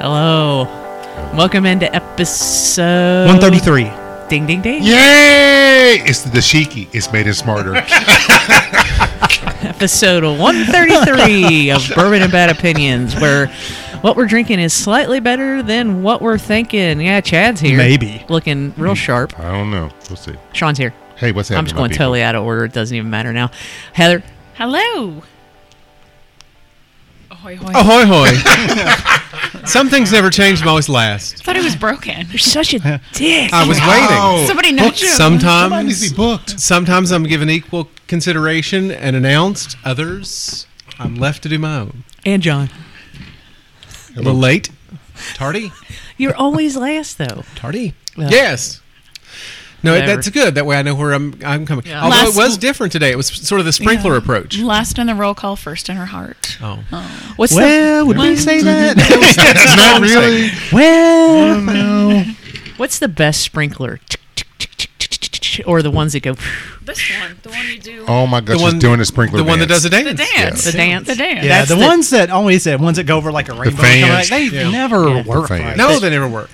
Hello. Welcome into episode 133. Ding ding ding. Yay! It's the dashiki. It's made it smarter. Episode 133 of Bourbon and Bad Opinions, where what we're drinking is slightly better than what we're thinking. Yeah, Chad's here. Maybe. Looking real sharp. I don't know. We'll see. Sean's here. Hey, what's happening? I'm just going my people? totally out of order. It doesn't even matter now. Heather. Hello. Ahoy, hoy. Ahoy hoy. Some things never change, most last. thought it was broken. You're such a dick. I was Wow. Somebody waiting. knows you. Somebody needs to Sometimes, be booked. sometimes I'm given equal consideration and announced. Others, I'm left to do my own. and John. A little late, tardy, You're always last though. tardy. Yeah. Yes. No, Whatever. that's good. That way I know where I'm I'm coming. Yeah. Although Last- it was different today. It was sort of the sprinkler approach. Last in the roll call, first in her heart. Oh. What's Well, would we say that? Not really. well, Oh, no. the What's the best sprinkler? Or the ones that go This one, the one you do. Oh my gosh, she's doing a sprinkler. The one that does dance. a dance. The dance. the dance. The dance. yeah, That's the, the- ones that always the ones that go over like a rainbow. and come back, fans. they Yeah. never Yeah. work The right. fans. No, they never work.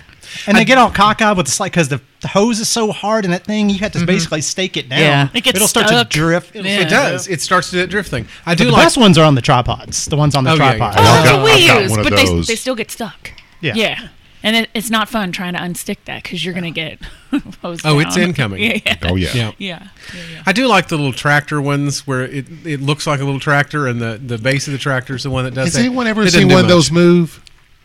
and they get all cockeyed with the like because the, the hose is so hard and that thing you have to basically stake it down. Yeah. It gets it'll start stuck. to drift. It'll Yeah. Mm-hmm. It does. It starts to do that drift thing. I But do the like best ones are on the tripods. The ones on the Oh, yeah, yeah. tripods. Oh, Oh, I've got- we I've got use, one of but they, those. they still get stuck. Yeah. Yeah. And it, it's not fun trying to unstick that because you're going to get hosed Oh, it's down. incoming. Yeah. Yeah. Oh yeah. Yeah. yeah. yeah. I do like the little tractor ones where it, it looks like a little tractor and the, the base of the tractor is the one that does Has that. anyone ever That doesn't seen do one of much. those move?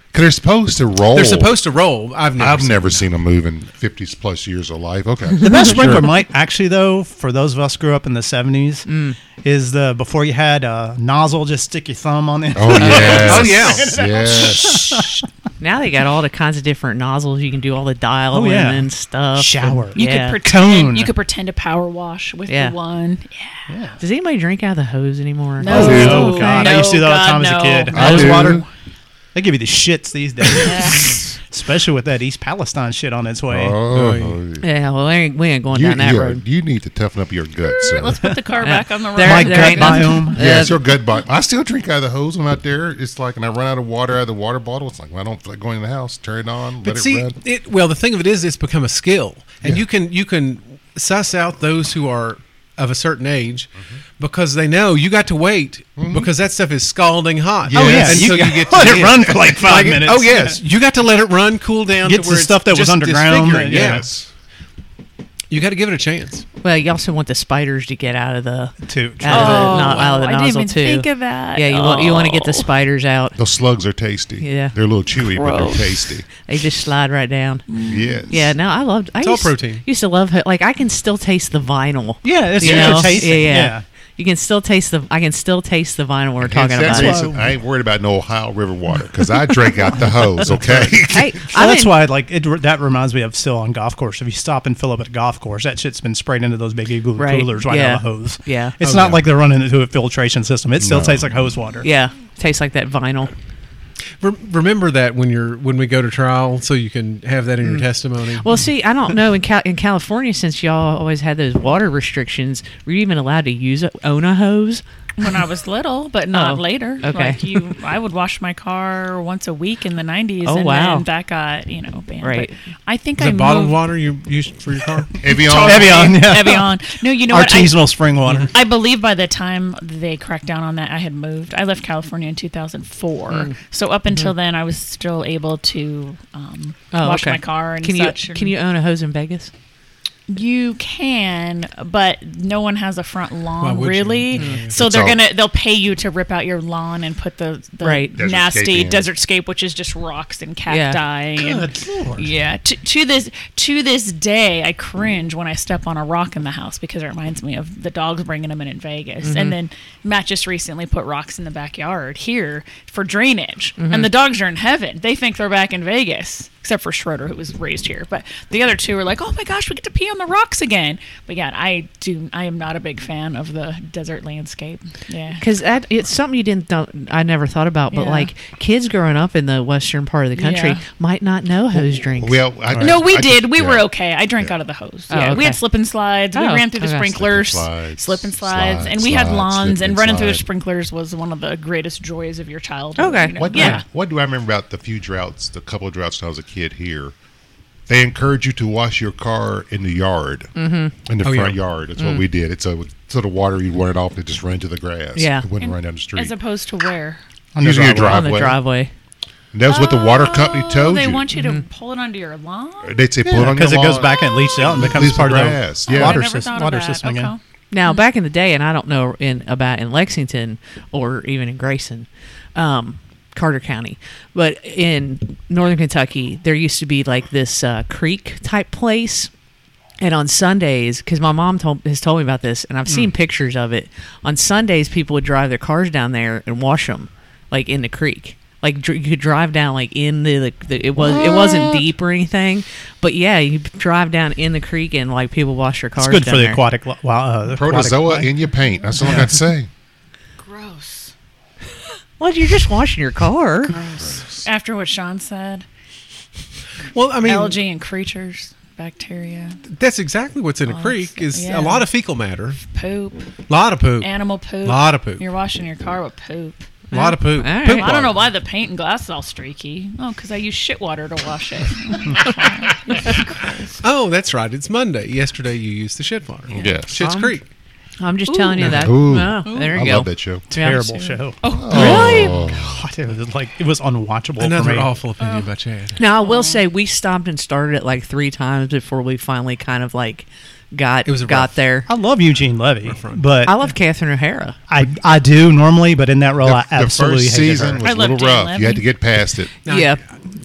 Because they're supposed to roll. They're supposed to roll. I've never. I've seen never them. seen them move in 50s plus years of life. Okay. The best sprinkler might actually though, for those of us who grew up in the '70s, Mm. is the before you had a nozzle, just stick your thumb on it. Oh yes. Oh, yeah. Yes. Now they got all the kinds of different nozzles. You can do all the dial Oh, yeah. and stuff. Shower. And- You yeah. could pretend. Cone. You could pretend to power wash with Yeah. the one. Yeah. Does anybody drink out of the hose anymore? No. dude. Oh, God, I used to do that all the No, time as a God, kid. no. I Hose do. water. They give you the shits these days, especially with that East Palestine shit on its way. Oh, Yeah, well, we ain't, we ain't going you, down that you- road. you need to toughen up your guts. sir. Let's put the car back on the road. There- My there gut ain't nothing- biome. uh, Yeah, it's your gut bite. I still drink out of the hose when out there. It's like, and I run out of water out of the water bottle. It's like, well, I don't feel like going in the house. Turn it on, But let see, it run. it, well, the thing of it is, it's become a skill, and you can you can suss out those who are of a certain age Mm-hmm. because they know you got to wait because that stuff is scalding hot. Oh yeah, and you, so you got- get to let the it end. run for like five Like, minutes. Oh yes, you got to let it run, cool down. Gets to where the it's stuff that was just underground, disfiguring. yeah. Yes, you got to give it a chance. Well, you also want the spiders to get out of the Too. out of the, Oh. no- out of the I didn't nozzle even too. think of that. Yeah, you want you want to get the Oh. spiders out. Those slugs are tasty. Yeah. They're a little chewy, but Gross. they're tasty. They just slide right down. Yes. Yeah, no, I loved. I It's all used, protein. Used to love ho- like I can still taste the vinyl. Yeah, it's you yeah, know? tasty. Yeah, Yeah, yeah. You can still taste the. I can still taste the vinyl when we're Hence talking that about. it. reason, I ain't worried about no Ohio River water because I drank out the hose, okay? Hey, Well, I'm that's in- why like it, that reminds me of still on golf course. If you stop and fill up at a golf course, that shit's been sprayed into those big igloo Right, coolers right yeah, out of the hose. yeah. it's not like they're running it through a filtration system. It still tastes like hose water. Yeah, tastes like that vinyl. Re- remember that when you're when we go to trial, so you can have that in your testimony. Well, see, I don't know in Cal- in California since y'all always had those water restrictions. Were you even allowed to use a, own a hose? when I was little, but not Oh, later. okay. Like you, I would wash my car once a week in the '90s, Oh, and wow. then that got you know banned. Right. But I think Is I it bottled moved water you use for your car? Evian. Evian, yeah. Evian. No, you know what? I, Artisanal spring water. I believe by the time they cracked down on that, I had moved. I left California in 2004, Hmm. so up until then, I was still able to um, wash Oh, okay. my car and can such. you and- can you own a hose in Vegas? You can, but no one has a front lawn would you? Mm. really. So It's they're all- gonna they'll pay you to rip out your lawn and put the, the Right. Desertscape nasty in. desertscape, which is just rocks and cacti. Yeah. And, lord. yeah. To, to this to this day, I cringe when I step on a rock in the house because it reminds me of the dogs bringing them in in Vegas. And then Matt just recently put rocks in the backyard here for drainage, and the dogs are in heaven. They think they're back in Vegas. except for Schroeder, who was raised here. But the other two are like, oh my gosh, we get to pee on the rocks again. But yeah, I do. I am not a big fan of the desert landscape. Yeah. Because it's something you didn't. Th- I never thought about, but Yeah. like kids growing up in the western part of the country Yeah. might not know hose drinks. Well, I, No, we I- did. We yeah. were okay. I drank out of the hose. Oh, yeah, we had okay. slip and slides. we Oh, ran through the okay. sprinklers, Slip and slides, slip and slides, slide, and we had slide, lawns. slip And and running through the slide. sprinklers was one of the greatest joys of your childhood. Okay. you know? What do, Yeah. I, what do I remember about the few droughts, the couple of droughts when I was a kid here? They encourage you to wash your car in the yard, mm-hmm. in the Oh, yeah. front yard. That's what we did. It's a sort of water you'd run it off and it just ran to the grass. Yeah. it wouldn't And run down the street. As opposed to where? On the Usually a driveway. on the driveway. driveway. And that was what the water company Oh, told they you. want you to pull it onto your lawn. They'd say, "Put it on because your it goes lawn." back and leaches out and becomes Leaves part of grass, the yeah. water, I never system, thought of water that. system again. Okay. Mm. Now, back in the day, and I don't know in about in Lexington or even in Grayson, um, Carter County, but in northern Kentucky, there used to be like this uh, creek type place. And on Sundays, because my mom told, has told me about this, and I've Mm. seen pictures of it. On Sundays, people would drive their cars down there and wash them, like in the creek. Like dr- you could drive down like in the, the, the it was it wasn't deep or anything, but yeah, you drive down in the creek and like people wash their cars. It's good down for the there. aquatic. li- Well, uh, the aquatic Protozoa life. in your paint. That's all I got to say. Gross. Well, you're just washing your car. After what Sean said, Well, I mean, algae and creatures, bacteria, that's exactly what's in a Oh, creek that's- is yeah. a lot of fecal matter, poop, a lot of poop, a animal poop. Lot of poop. You're washing your car with poop. lot of poop. All right. poop Well, I don't know water. why the paint and glass is all streaky. Oh, because I use shit water to wash it. Oh, that's right. It's Monday. Yesterday you used the shit water. Yes. Shit's Um, Creek. I'm just telling you that. Ooh. Oh, there you I go. love that show. Oh. Yeah. Terrible show. Oh. Really? God, it was like it was unwatchable for Another me. awful opinion by Chad. Now I will say we stopped and started it like three times before we finally kind of like got It was got rough. there. I love Eugene Levy, but I love Catherine O'Hara. I I do normally, but in that role, I The, the absolutely first hated season her. was I a love little Dan rough. Levy. You had to get past it, No, yeah,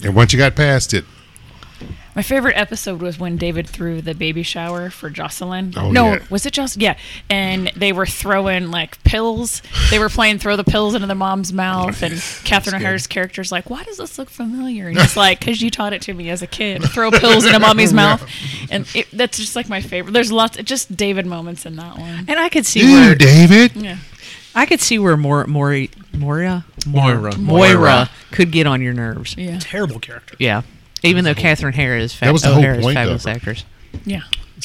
and once you got past it, My favorite episode was when David threw the baby shower for Jocelyn. Oh, no, yeah. was it Jocelyn? Yeah. And they were throwing like pills. They were playing throw the pills into the mom's mouth. And Catherine O'Hara's character's like, why does this look familiar? And he's like, because you taught it to me as a kid. Throw pills into mommy's mouth. And it, that's just like my favorite. There's lots, just David moments in that one. and I could see you, where David. Yeah. I could see where Mor Mori Moria Moira. Moira, could get on your nerves. Yeah, Yeah. terrible character. even though Catherine O'Hara is fa- That was the whole O'Hara is point of fabulous her. actress. Yeah.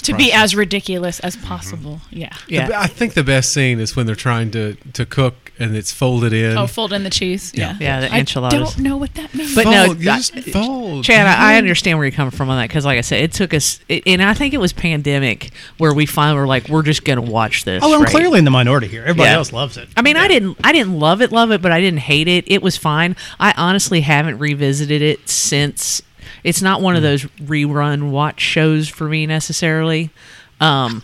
To be as ridiculous as possible. Mm-hmm. Yeah. Yeah, I think the best scene is when they're trying to, to cook and it's folded in. Oh, fold in the cheese. Yeah. Yeah, the I enchiladas. don't know what that means. But no, Fold. You I- just fold. Mm-hmm. Chad, I, I understand where you're coming from on that because, like I said, it took us, it, and I think it was pandemic where we finally were like, we're just gonna watch this. Oh, I'm right? clearly in the minority here. Everybody Yeah. else loves it. I mean, I didn't, I didn't love it, love it, but I didn't hate it. It was fine. I honestly haven't revisited it since. It's not one of those rerun watch shows for me necessarily. Um,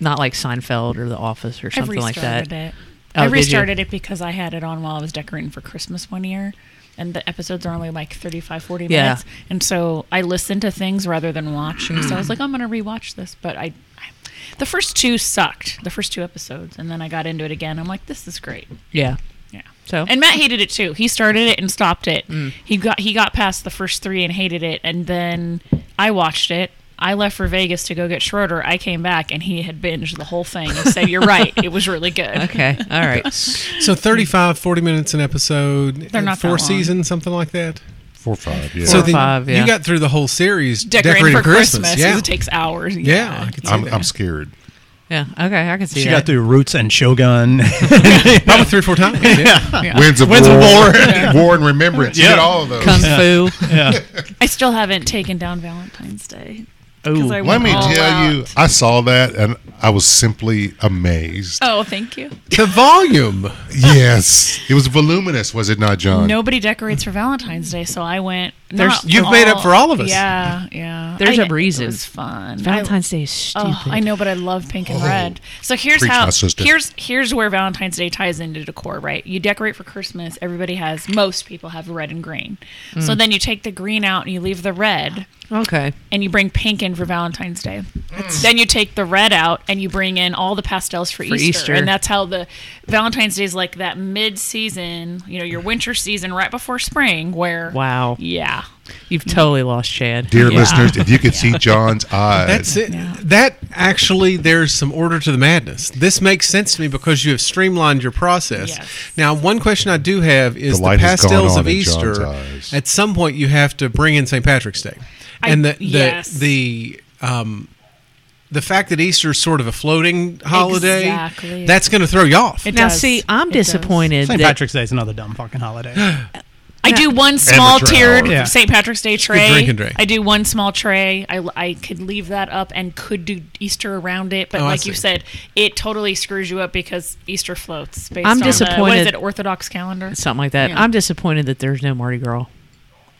not like Seinfeld or The Office or something like that. It. Oh, I did you? restarted it because I had it on while I was decorating for Christmas one year. And the episodes are only like 35, 40 Yeah. minutes. And so I listened to things rather than watch. So I was like, I'm going to rewatch this. But I, I, the first two sucked, the first two episodes. And then I got into it again. I'm like, this is great. Yeah. Yeah. So And Matt hated it too. He started it and stopped it. He got he got past the first three and hated it, and then I watched it. I left for Vegas to go get Schroeder. I came back and he had binged the whole thing and said, "You're right. It was really good." okay, all right. So 35, 40 minutes an episode. They're not that four long. seasons, something like that. Four or five. Yeah. so or then five, yeah. you got through the whole series Decorating, for Christmas, 'cause Yeah. it takes hours. Yeah, I could see I'm, that. I'm scared. Yeah. Okay, I can see She that. got through Roots and Shogun. probably three or four times. Yeah. Winds of Winds War, of War. War and Remembrance. You Yeah. get all of those. Kung Fu. I still haven't taken down Valentine's Day. 'cause I Oh, Let went me all tell you, out. I saw that and I was simply amazed. Oh, thank you. the volume. yes, it was voluminous, was it not, John? Nobody decorates for Valentine's Day, so I went. There's- not you've made up for all of us. Yeah, yeah. There's a a reason. It was fun. I- Valentine's Day is stupid. Oh, I know, but I love pink and red. So here's Preach, how my sister. here's here's where Valentine's Day ties into decor, right? You decorate for Christmas. Everybody has most people have red and green. So then you take the green out and you leave the red, Okay. and you bring pink in for Valentine's Day. Mm. Then you take the red out and you bring in all the pastels for, Easter. Easter. And that's how the Valentine's Day is like that mid season, you know, your winter season right before spring, where Wow. yeah, Yeah. You've totally lost Chad. Dear Yeah. listeners, if you could see John's eyes, That's it. Yeah. That actually, there's some order to the madness. This makes sense to me because you have streamlined your process. Yes. Now, one question I do have is The the, light has gone pastels on of in John's Easter. eyes. At some point, you have to bring in St. Patrick's Day, I- and the the yes. the um, the fact that Easter is sort of a floating holiday. Exactly. That's going to throw you off. It Now, does. see, I'm It does. disappointed. St. that- Patrick's Day is another dumb fucking holiday. I do one small Amateur tiered hour. Yeah. St. Patrick's Day tray. drinking tray. I do one small tray. I, I could leave that up and could do Easter around it, but Oh, I like you see. said, it totally screws you up because Easter floats. Based I'm on The, what disappointed. is it? Orthodox calendar. something like that. Yeah. I'm disappointed that there's no Mardi Gras.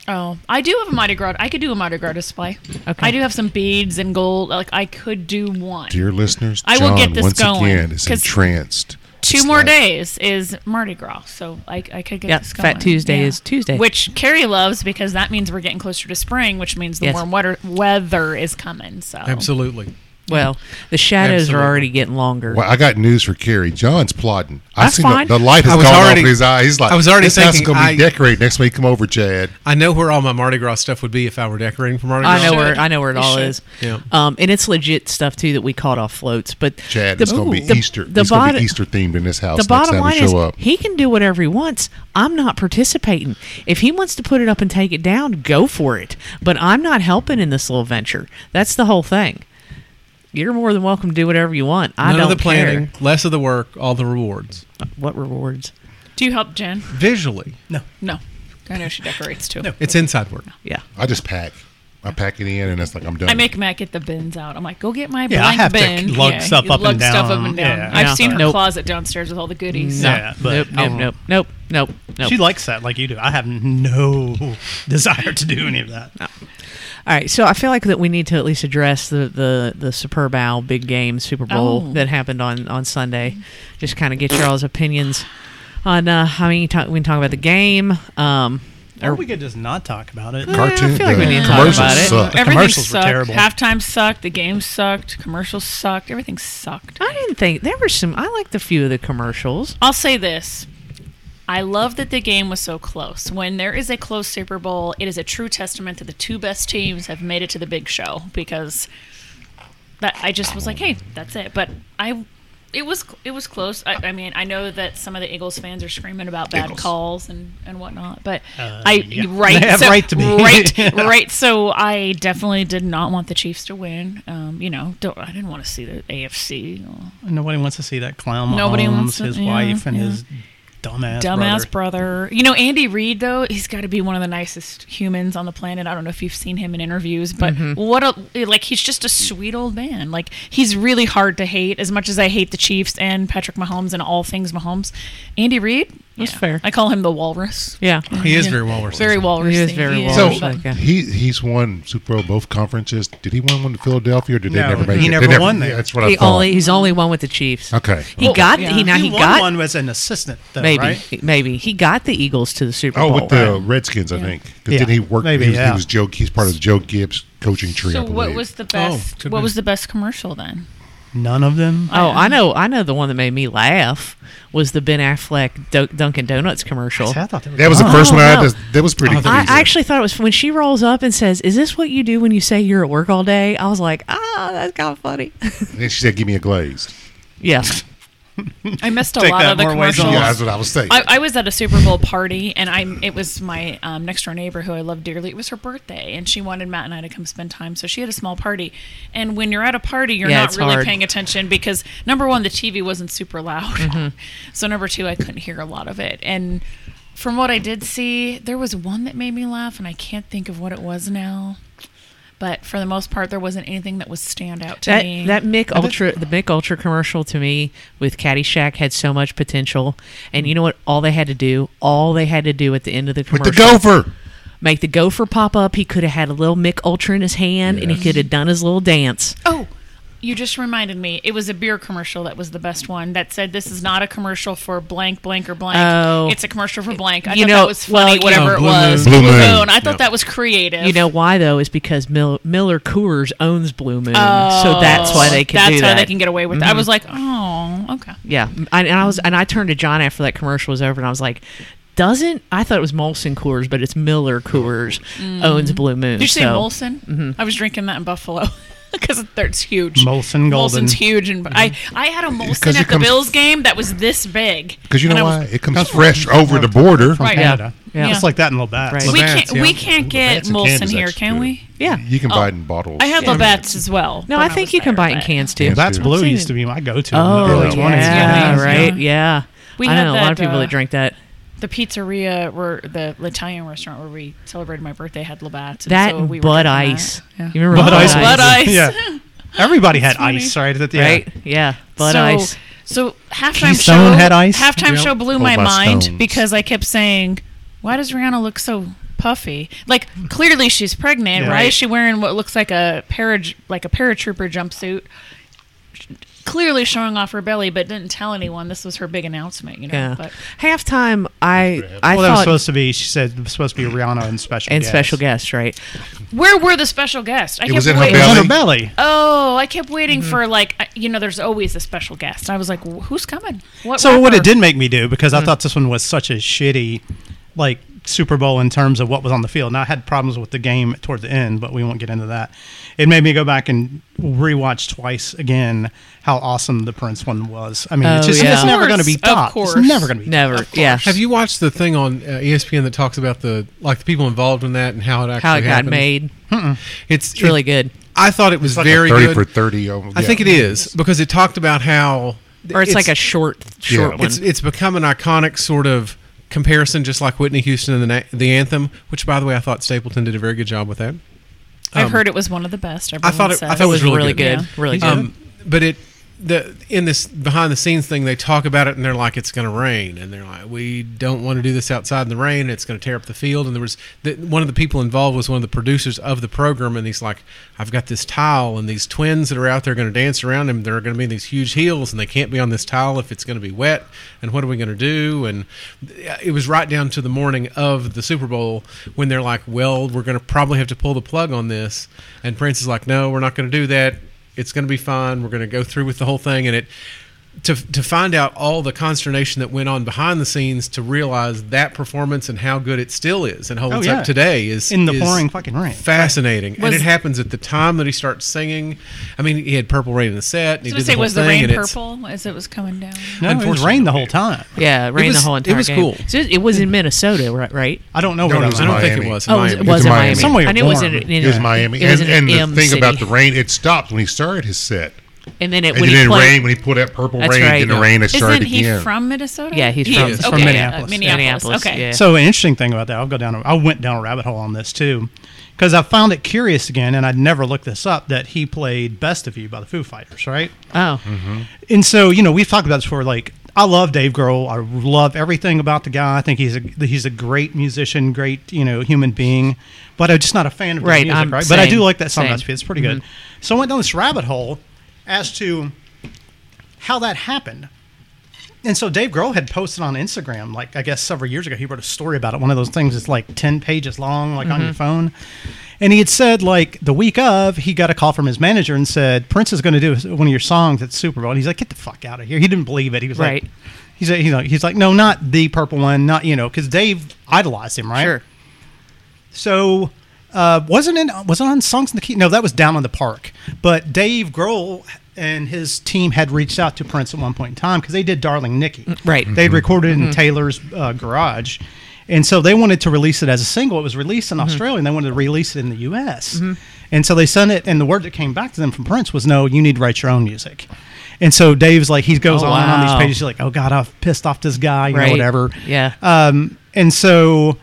Oh, I do have a Mardi Gras. I could do a Mardi Gras display. Okay. I do have some beads and gold. Like I could do one. dear listeners, I John will get this once going, again is 'cause entranced. Two It's more like- days is Mardi Gras, so I, I could get Yeah, this Fat going. Tuesday is Tuesday. which Carrie loves because that means we're getting closer to spring, which means the Yes. warm weather weather is coming. So Absolutely. Well, the shadows Absolutely. are already getting longer. Well, I got news for Carrie. John's plotting. I That's seen the- fine. The, light I has was gone already- off in his eye. He's like, I was already this house is thinking, going to be I- decorated next week. Come over, Chad. I know where all my Mardi Gras stuff would be if I were decorating for Mardi Gras. I know where should. I know where it You all should. is. Yeah. Um, and it's legit stuff too that we caught off floats. But Chad, it's going to be Easter. The, it's going to bottom- be Easter themed in this house The next bottom time we line show is up. he can do whatever he wants. I'm not participating. If he wants to put it up and take it down, go for it. But I'm not helping in this little venture. That's the whole thing. You're more than welcome to do whatever you want. I None don't of the planning, care. less of the work, all the rewards. What rewards? do you help Jen? Visually, No, I know she decorates too. it's inside work. Yeah. I just pack. I pack it in, and it's like I'm done. I make Matt get the bins out. I'm like, go get my Yeah, I blank have to bin. lug stuff you up and lug stuff down. up and down. Yeah. I've Yeah. seen her Nope. closet downstairs with all the goodies. No. Yeah, but nope, nope, I won't. nope, nope, nope, nope. She likes that like you do. I have no desire to do any of that. All right, so I feel like that we need to at least address the the, the Superb Owl big game Super Bowl Oh. that happened on on Sunday. Just kind of get your all's opinions on. Uh, I mean, you talk, we can talk about the game. Um, Or or, we could just not talk about it. Well, I Cartoon. feel like we the need to talk commercials about it. suck. Everything commercials were sucked. terrible. Halftime sucked. The game sucked. Commercials sucked. Everything sucked. I didn't think there were some. I liked a few of the commercials. I'll say this. I love that the game was so close. When there is a close Super Bowl, it is a true testament that the two best teams have made it to the big show because that I just was like, hey, that's it. But I it was it was close. I, I mean, I know that some of the Eagles fans are screaming about bad Eagles. calls and, and whatnot, but Uh, I yeah. right They have so- right to be. right Yeah. right. So I definitely did not want the Chiefs to win. Um, you know, don't, I didn't want to see the AFC. Nobody wants to see that clown. Nobody Nobody wants to- his yeah, wife and yeah. his dumbass. dumbass brother. brother. You know, Andy Reid though, he's got to be one of the nicest humans on the planet. I don't know if you've seen him in interviews, but what a like he's just a sweet old man. Like he's really hard to hate. As much as I hate the Chiefs and Patrick Mahomes and all things Mahomes, Andy Reid That's fair. I call him the Walrus. Yeah, He is Yeah. very well worth Very walrus. He is very So walrus-like. Like, yeah. he he's won Super Bowl both conferences. Did he win one in Philadelphia? or Did No, they never make he it? They never won there. yeah, that's what I he thought. only he's only one with the Chiefs. okay. He got yeah. he now he, he, won got one was an assistant, though, maybe right? maybe he got the Eagles to the Super Oh, Bowl. with the Redskins, I think. 'Cause Yeah. Didn't he work? Maybe, he, was, yeah. he was Joe. He's part of the Joe Gibbs coaching tree. I So believe. what was the best- best? Oh, what what goodness. was was the best commercial then? None of them. Oh, I know, I know. The one that made me laugh was the Ben Affleck Do- Dunkin' Donuts commercial. See, I thought that was, That was the dumb. first one. I Oh, no. That, that was pretty. I, crazy. I actually thought it was when she rolls up and says, "Is this what you do when you say you're at work all day?" I was like, "Ah, that's kind of funny." And then she said, "Give me a glazed." yeah, I missed a Take lot that of the more ways commercials. than Oh. Yeah, that's what I was saying. I, I was at a Super Bowl party, and I it was my um, next door neighbor who I love dearly. It was her birthday, and she wanted Matt and I to come spend time. So she had a small party, and when you're at a party, you're Yeah, not it's really hard. paying attention because number one, the TV wasn't super loud, Mm-hmm. so number two, I couldn't hear a lot of it, and from what I did see, there was one that made me laugh, and I can't think of what it was now. But for the most part, there wasn't anything that was stand out to that me. that Mick Ultra, the Mick Ultra commercial to me with Caddyshack had so much potential, and you know what? All they had to do, all they had to do at the end of the With commercial, the gopher. make the gopher pop up. He could have had a little Mick Ultra in his hand, and he could have done his little dance. Oh, you just reminded me. It was a beer commercial that was the best one that said, "This is not a commercial for blank, blank, or blank. Oh. It's a commercial for blank." I You thought know, that was funny. well, you whatever know, it Blue was, Moon. Blue Moon. I thought Yeah. that was creative. You know why though is because Mil- Miller Coors owns Blue Moon, so that's why they can Oh, That's do that. how Mm-hmm. they can get away with it. I was like, "Oh, okay." Yeah, I, and I was and I turned to John after that commercial was over, and I was like, doesn't. I thought it was Molson Coors, but it's Miller Coors owns Blue Moon. Mm. Did you say so- mm-hmm. Molson? I was drinking that in Buffalo because it's huge. Molson Golden. Molson's huge, and I I had a Molson Mm-hmm. it at the comes- Bills game that was this big. Because you know And I was- why? It comes fresh over the border. Right. Canada. Yeah. Just like that in Labatt. Right. We Labatt's, can't we yeah. can't get Labatt's in Molson Canada's here, actually can good. we? Yeah. Oh. You can buy it in bottles. I had Yeah. Labatt's as well. No, when I think was you can there, buy it in but- cans too. Yeah. Labatt's I've Blue seen used it. to be my go-to in Oh, the early yeah. 20s. yeah, Yeah. right, yeah. We I had know a that, lot of people uh, that drink that. The pizzeria, where the Italian restaurant where we celebrated my birthday, had Labatt's. and That so and we were Bud drinking that. Ice. Yeah. You remember Bud Bud Ice Ice? was Bud the- Ice. Yeah. Everybody had ice, right? At the yeah. Right? Yeah. Bud so, Ice. So halftime Keystone show had ice? Halftime Yeah. show blew Oh, my by mind Stones. because I kept saying, "Why does Rihanna look so puffy? Like clearly she's pregnant. Yeah. Why Right. is she wearing what looks like a para like a paratrooper jumpsuit?" Clearly showing off her belly, but didn't tell anyone this was her big announcement. You know, Yeah. but Halftime, I I Well, that was thought supposed to be. She said it was supposed to be Rihanna and special and guest. special guest, right? where were the special guests? I It was in her waiting. It was belly. on her belly. Oh, I kept waiting Mm-hmm. for like I- you know. There's always a special guest. I was like, "Wh- "Who's coming?" What So what it rapper?" did make me do because I thought this one was such a shitty, like Super Bowl in terms of what was on the field. Now I had problems with the game towards the end, but we won't get into that. It made me go back and rewatch twice again how awesome the Prince one was. I mean, it's Oh, just yeah. it's Of never going to be course, of top. It's course. never going to be. Never. Yeah. Have you watched the thing on uh, ESPN that talks about the like the people involved in that and how it actually How it got happened? made. It's, It's really it- good. I thought it was It's like a very 30 good. for 30. Oh, I think it is because it talked about how Or it's, like a short short Yeah. one. it's it's become an iconic sort of comparison, just like Whitney Houston and the na- the anthem. Which, by the way, I thought Stapleton did a very good job with that. I've Um, heard it was one of the best. I thought everyone it, I says. thought it was really, good. Really good. Um, but it the in this behind the scenes thing, they talk about it and they're like, it's going to rain, and they're like, we don't want to do this outside in the rain. It's going to tear up the field. And there was the, one of the people involved was one of the producers of the program, and he's like, I've got this tile, and these twins that are out there going to dance around him. They're going to be in these huge heels, and they can't be on this tile if it's going to be wet. And what are we going to do? And it was right down to the morning of the Super Bowl when they're like, well, we're going to probably have to pull the plug on this. And Prince is like, no, we're not going to do that it's going to be fine. We're going to go through with the whole thing, and it to to find out all the consternation that went on behind the scenes to realize that performance and how good it still is and holds Oh, yeah. up today is In the is pouring fucking rain. fascinating. and Was- it happens at the time that he starts singing. I mean, he had purple rain in the set. And I was he did gonna say, the whole was the thing, rain and it's- purple as it was coming down? No, it was rain the whole time. yeah, it rained was- the whole it entire was game. cool. So it it was in Minnesota, right? Right? I don't know where No, it that was was. I don't Miami. think it was. Oh, it was Miami. It's in Miami. Miami. Somewhere I knew it was in, warm. in It was Miami. It was and in and the M thing city. about the rain, it stopped when he started his set. and then it, And when then he it played, rained when he pulled that purple That's rain. right. Then the Yeah. rain it started Isn't he again. from Minnesota? Yeah, he's He from- is. from Okay, Minneapolis. uh, Minneapolis. Minneapolis, Okay. yeah. So an interesting thing about that, I'll go down. I went down a rabbit hole on this too, because I found it curious again, and I'd never looked this up. That he played "Best of You" by the Foo Fighters, right? Mm-hmm. oh, And so you know, we've talked about this before. Like, I love Dave Grohl. I love everything about the guy. I think he's a he's a great musician, great you know human being. But I'm just not a fan of his Right, music, I'm- right? But I same, do like that song. same. Mm-hmm. Recipe. It's pretty good. So I went down this rabbit hole as to how that happened. And so Dave Grohl had posted on Instagram, like I guess several years ago, he wrote a story about it. One of those things that's like ten pages long, like Mm-hmm. on your phone. And he had said, like the week of, he got a call from his manager and said, Prince is going to do one of your songs at Super Bowl. And he's like, get the fuck out of here. He didn't believe it. He was Right. like, he's like, he's like, he's like, no, not the purple one, not you know, because Dave idolized him, right? sure. So uh, wasn't in was it on Songs in the Key? No, that was Down in the Park. But Dave Grohl and his team had reached out to Prince at one point in time because they did Darling Nikki. Mm, right. Mm-hmm. They'd recorded it in Taylor's uh, garage. And so they wanted to release it as a single. It was released Mm-hmm. in Australia and they wanted to release it in the US. And so they sent it, and the word that came back to them from Prince was, no, you need to write your own music. And so Dave's like, he goes Oh, on and on wow. these pages, he's like, oh God, I've pissed off this guy, you Right. know, whatever. Yeah. Um, and so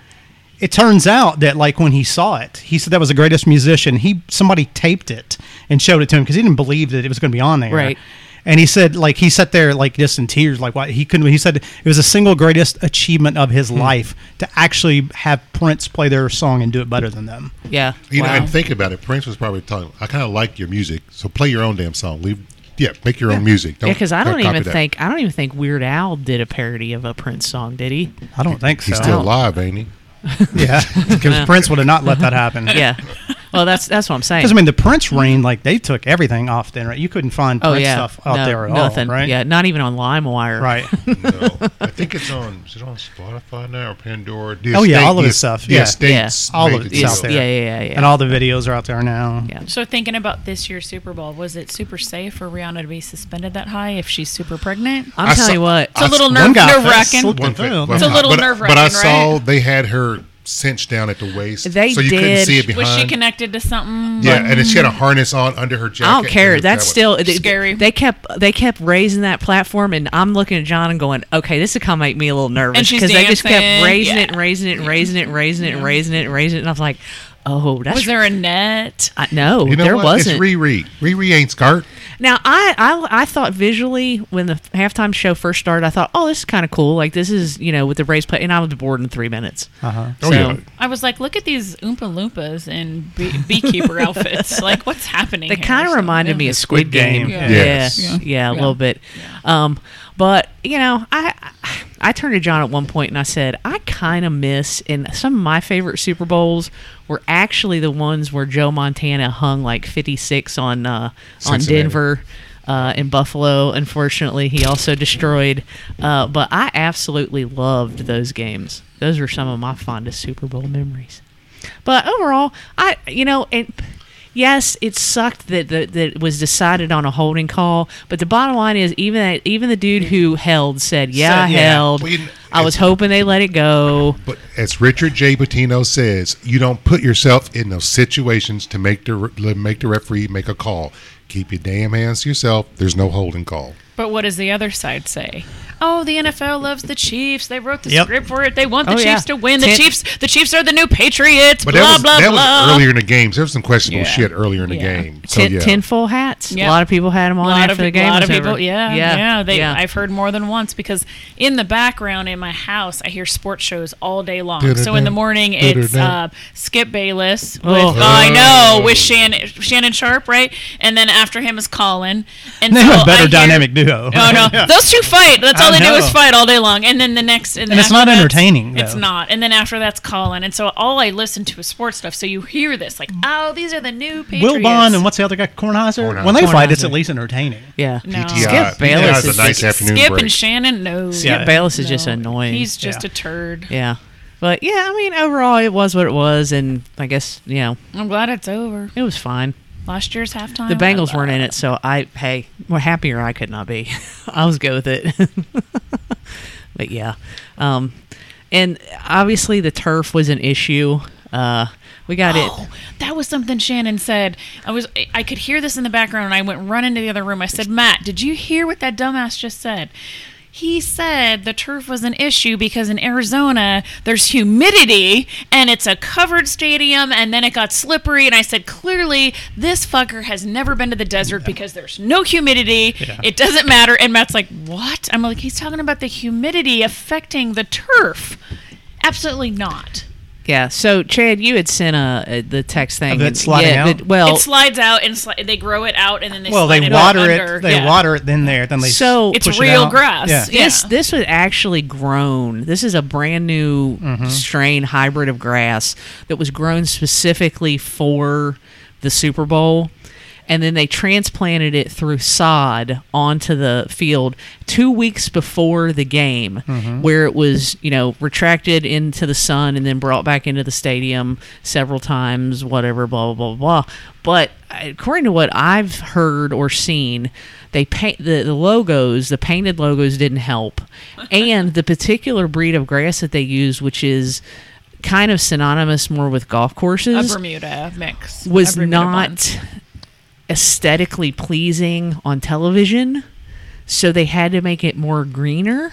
it turns out that like when he saw it, he said that was the greatest musician. He somebody taped it and showed it to him because he didn't believe that it was going to be on there. Right. And he said like he sat there like just in tears, like why he couldn't. He said it was the single greatest achievement of his Hmm. life to actually have Prince play their song and do it better than them. yeah. You know, Wow. and think about it. Prince was probably telling, I kind of like your music, so play your own damn song. Leave, yeah, make your own music. Yeah, because I co- don't copy even that. think I don't even think Weird Al did a parody of a Prince song, did he? I don't think so. he's still alive, ain't he? yeah, because Prince would have not let that happen. Yeah, Well, that's that's what I'm saying. Because I mean, the Prince reign, like they took everything off then, right? You couldn't find oh Prince yeah, stuff out no, there at nothing. all, right? Yeah, not even on LimeWire. Right. No, I think it's on. Is it on Spotify now or Pandora? The Oh, yeah, estate- all of the- his stuff, The yeah. estates. Yeah. All made of the it's deal. out Yes, there. yeah, yeah, yeah, yeah. And all the videos are out there now. Yeah. So thinking about this year's Super Bowl, was it super safe for Rihanna to be suspended that high if she's super pregnant? I'm I telling saw- you what. It's a little one nerve guy nerve fell wracking. asleep. One thing, It's but- a little but- nerve-wracking, But I right? saw they had her cinched down at the waist, They so you couldn't did. see it behind. Was she connected to something? Yeah, and then she had a harness on under her jacket. mm. I don't care. and That's that still was- they- Scary. They kept they kept raising that platform, and I'm looking at John and going, "Okay, this is gonna make me a little And nervous she's because they just kept dancing. raising Yeah. it and raising it and raising it and raising it and raising it and raising it." And I was like, "Oh, that's Was there a net? I, no, You know there what? wasn't." It's Riri. Riri ain't skirt. Now, I, I I thought visually when the halftime show first started, I thought, "Oh, this is kind of cool. Like this is you know with the raised play," and I was bored in three minutes. Uh-huh. Oh, yeah. I was like, look at these Oompa Loompas in bee- beekeeper outfits. Like, what's happening? They here? kind of So, reminded yeah. me of Squid Game. Game. Yeah. Yeah. Yes. Yeah. a Yeah. little bit. Um, but you know, I I turned to John at one point and I said, I kind of miss. And some of my favorite Super Bowls were actually the ones where Joe Montana hung like 56 on uh, on Cincinnati. Denver. Uh, in Buffalo, unfortunately, he also destroyed. Uh, but I absolutely loved those games. Those were some of my fondest Super Bowl memories. But overall, I you know, and yes, it sucked that that, that it was decided on a holding call. But the bottom line is, even that, even the dude who held said, "Yeah, Said, I yeah. held." Well, you- I was hoping they let it go. But as Richard J. Patino says, you don't put yourself in those situations to make the re- make the referee make a call. Keep your damn hands to yourself. There's no holding call. But what does the other side say? Oh, the NFL loves the Chiefs. They wrote the Yep. script for it. They want the Oh, Chiefs yeah. to win. The Ten- Chiefs, the Chiefs are the new Patriots. But blah that was blah that blah. was earlier in the game. There was some questionable Yeah. shit earlier in the Yeah. game. So Ten, yeah, ten full hats. Yeah. A lot of people had them on lot after of the peop- game lot was of people, over. yeah, yeah. yeah, they, yeah. I've heard more than once because in the background in my house, I hear sports shows all day long. So in the morning, it's uh, Skip Bayless with Oh. I know with Shannon Shannon Sharp, right? And then after him is Colin. And They so have a I better hear- dynamic duo. uh, Oh no, those two fight. That's all I they do know. is fight all day long, and then the next. And, And it's after not that's- entertaining, It's though. not. And then after that's Colin, and so all I listen to is sports stuff. So you hear this, like, oh, these are the new Patriots. Will Bond and what's the other guy? Kornheiser. Kornheiser. When they fight, Kornheiser. it's at least entertaining. yeah. No. PTI. Skip Bayless PTI is is- a nice afternoon Skip break. and Shannon, no. Yeah. Bayless is just No, annoying. He's just Yeah. a turd. yeah. But yeah, I mean, overall, it was what it was, and I guess you know I'm glad it's over. it was fine. Last year's halftime. The Bengals I- weren't in it, so I hey, well, happier I could not be. I was good with it. but yeah, um, and obviously the turf was an issue. Uh, we got Oh, that was something Shannon said. I was I could hear this in the background and I went running to the other room. I said, "Matt, did you hear what that dumbass just said?" He said the turf was an issue because in Arizona there's humidity and it's a covered stadium and then it got slippery and I said clearly this fucker has never been to the desert because there's no humidity. It doesn't matter and Matt's like, "What?" I'm like, "He's talking about the humidity affecting the turf." Absolutely not. it. Yeah. So Chad, you had sent a, a the text thing. Of it and- sliding yeah, out? that- well, it slides out and sli- they grow it out and then they Well, slide they it water up it. under. They Yeah. water it. Then there. Then they. s- So- It's push it real out. grass. Yeah. Yeah. This this was actually grown. This is a brand new strain hybrid of grass that was grown specifically for the Super Bowl. And then they transplanted it through sod onto the field two weeks before the game, where it was, you know, retracted into the sun and then brought back into the stadium several times, whatever, blah, blah, blah, blah. But uh, according to what I've heard or seen, they paint the, the logos the painted logos didn't help and the particular breed of grass that they used which is kind of synonymous more with golf a courses Bermuda mix a was Bermuda not blend. aesthetically pleasing on television so they had to make it more greener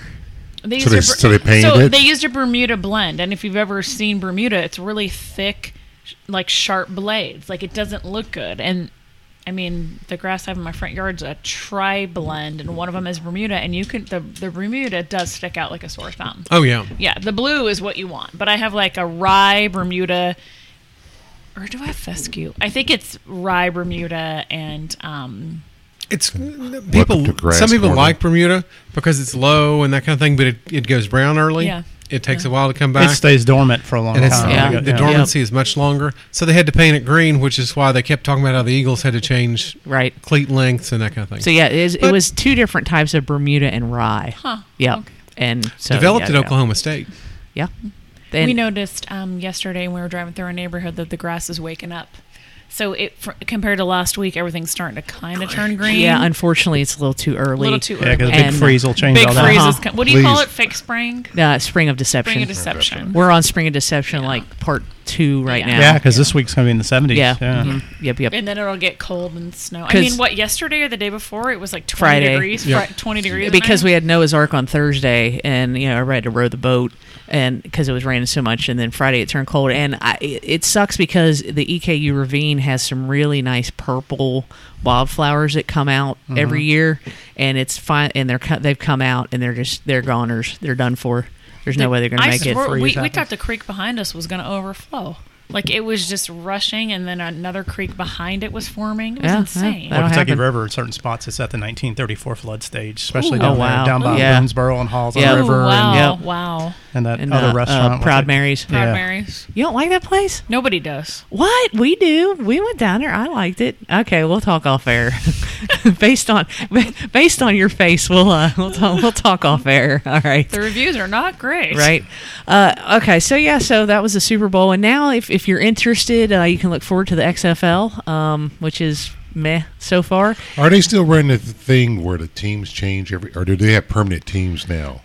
They So used they- a so they painted so it? They used a Bermuda blend, and if you've ever seen Bermuda, it's really thick, sh- like sharp blades. Like it doesn't look good. And I mean, the grass I have in my front yard's a tri blend, and one of them is Bermuda, and you can the the Bermuda does stick out like a sore thumb. Oh yeah. Yeah, the blue is what you want. But I have like a rye Bermuda, or do I have fescue? I think it's rye Bermuda and um, It's people. to grass Some people corner. like Bermuda because it's low and that kind of thing, but it, it goes brown early. Yeah. It takes a while to come back. It stays dormant for a long and it's, time. Yeah. the, the dormancy is much longer. So they had to paint it green, which is why they kept talking about how the Eagles had to change Right. cleat lengths and that kind of thing. So yeah, it, is, it But- was two different types of Bermuda and rye. Huh, Yeah. okay. And so Developed yeah, at yeah. Oklahoma State. Yeah. And we noticed um, yesterday when we were driving through our neighborhood that the grass is waking up. So it fr- compared to last week, everything's starting to kind of turn green. Yeah, unfortunately, it's a little too a early. little too Yeah, early. because a big And- freeze will change Big all that. freeze Uh-huh. is com- What do you call Please. it? Fake spring? Uh, spring of deception. Spring of deception. We're on spring of deception, like part two right Yeah. now. Yeah, because this week's going to be in the 70s. Yeah. Yeah. Mhm. Yep. Yep. And then it'll get cold and snow. I 'Cause- mean, what yesterday or the day before it was like twenty Friday. degrees. Yeah. Fri- twenty degrees. because we had Noah's Ark on Thursday, and you know everybody had to row the boat, and because it was raining so much, and then Friday it turned cold, and I, it, it sucks because the EKU Ravine has some really nice purple wildflowers that come out Mm-hmm. every year, and it's fine, and they're co- they've come out, and they're just they're goners, they're done for. There's no way they're gonna I make it. swore- freeze we, we happens. thought the creek behind us was going to overflow. Like it was just rushing, and then another creek behind it was forming. It was Yeah, yeah. insane. That'll Well, Kentucky happen. River, at certain spots, it's at the 1934 flood stage, especially Ooh. down Oh, wow. there, down by Yeah. Boonesboro and Halls Yeah. on the Oh, River, and, wow! Yep. Wow! and that And, other uh, uh, Oh, restaurant. was Proud it? Mary's. Proud Yeah. Mary's. You don't like that place? Nobody does. What we do? We went down there. I liked it. Okay, we'll talk off air. based on based on your face, we'll uh, we'll talk, we'll talk off air. All right. The reviews are not great. Right. Uh, okay. So yeah. So that was the Super Bowl, and now if, if you're interested, uh, you can look forward to the XFL, um, which is meh so far. Are they still running the thing where the teams change every, or do they have permanent teams now?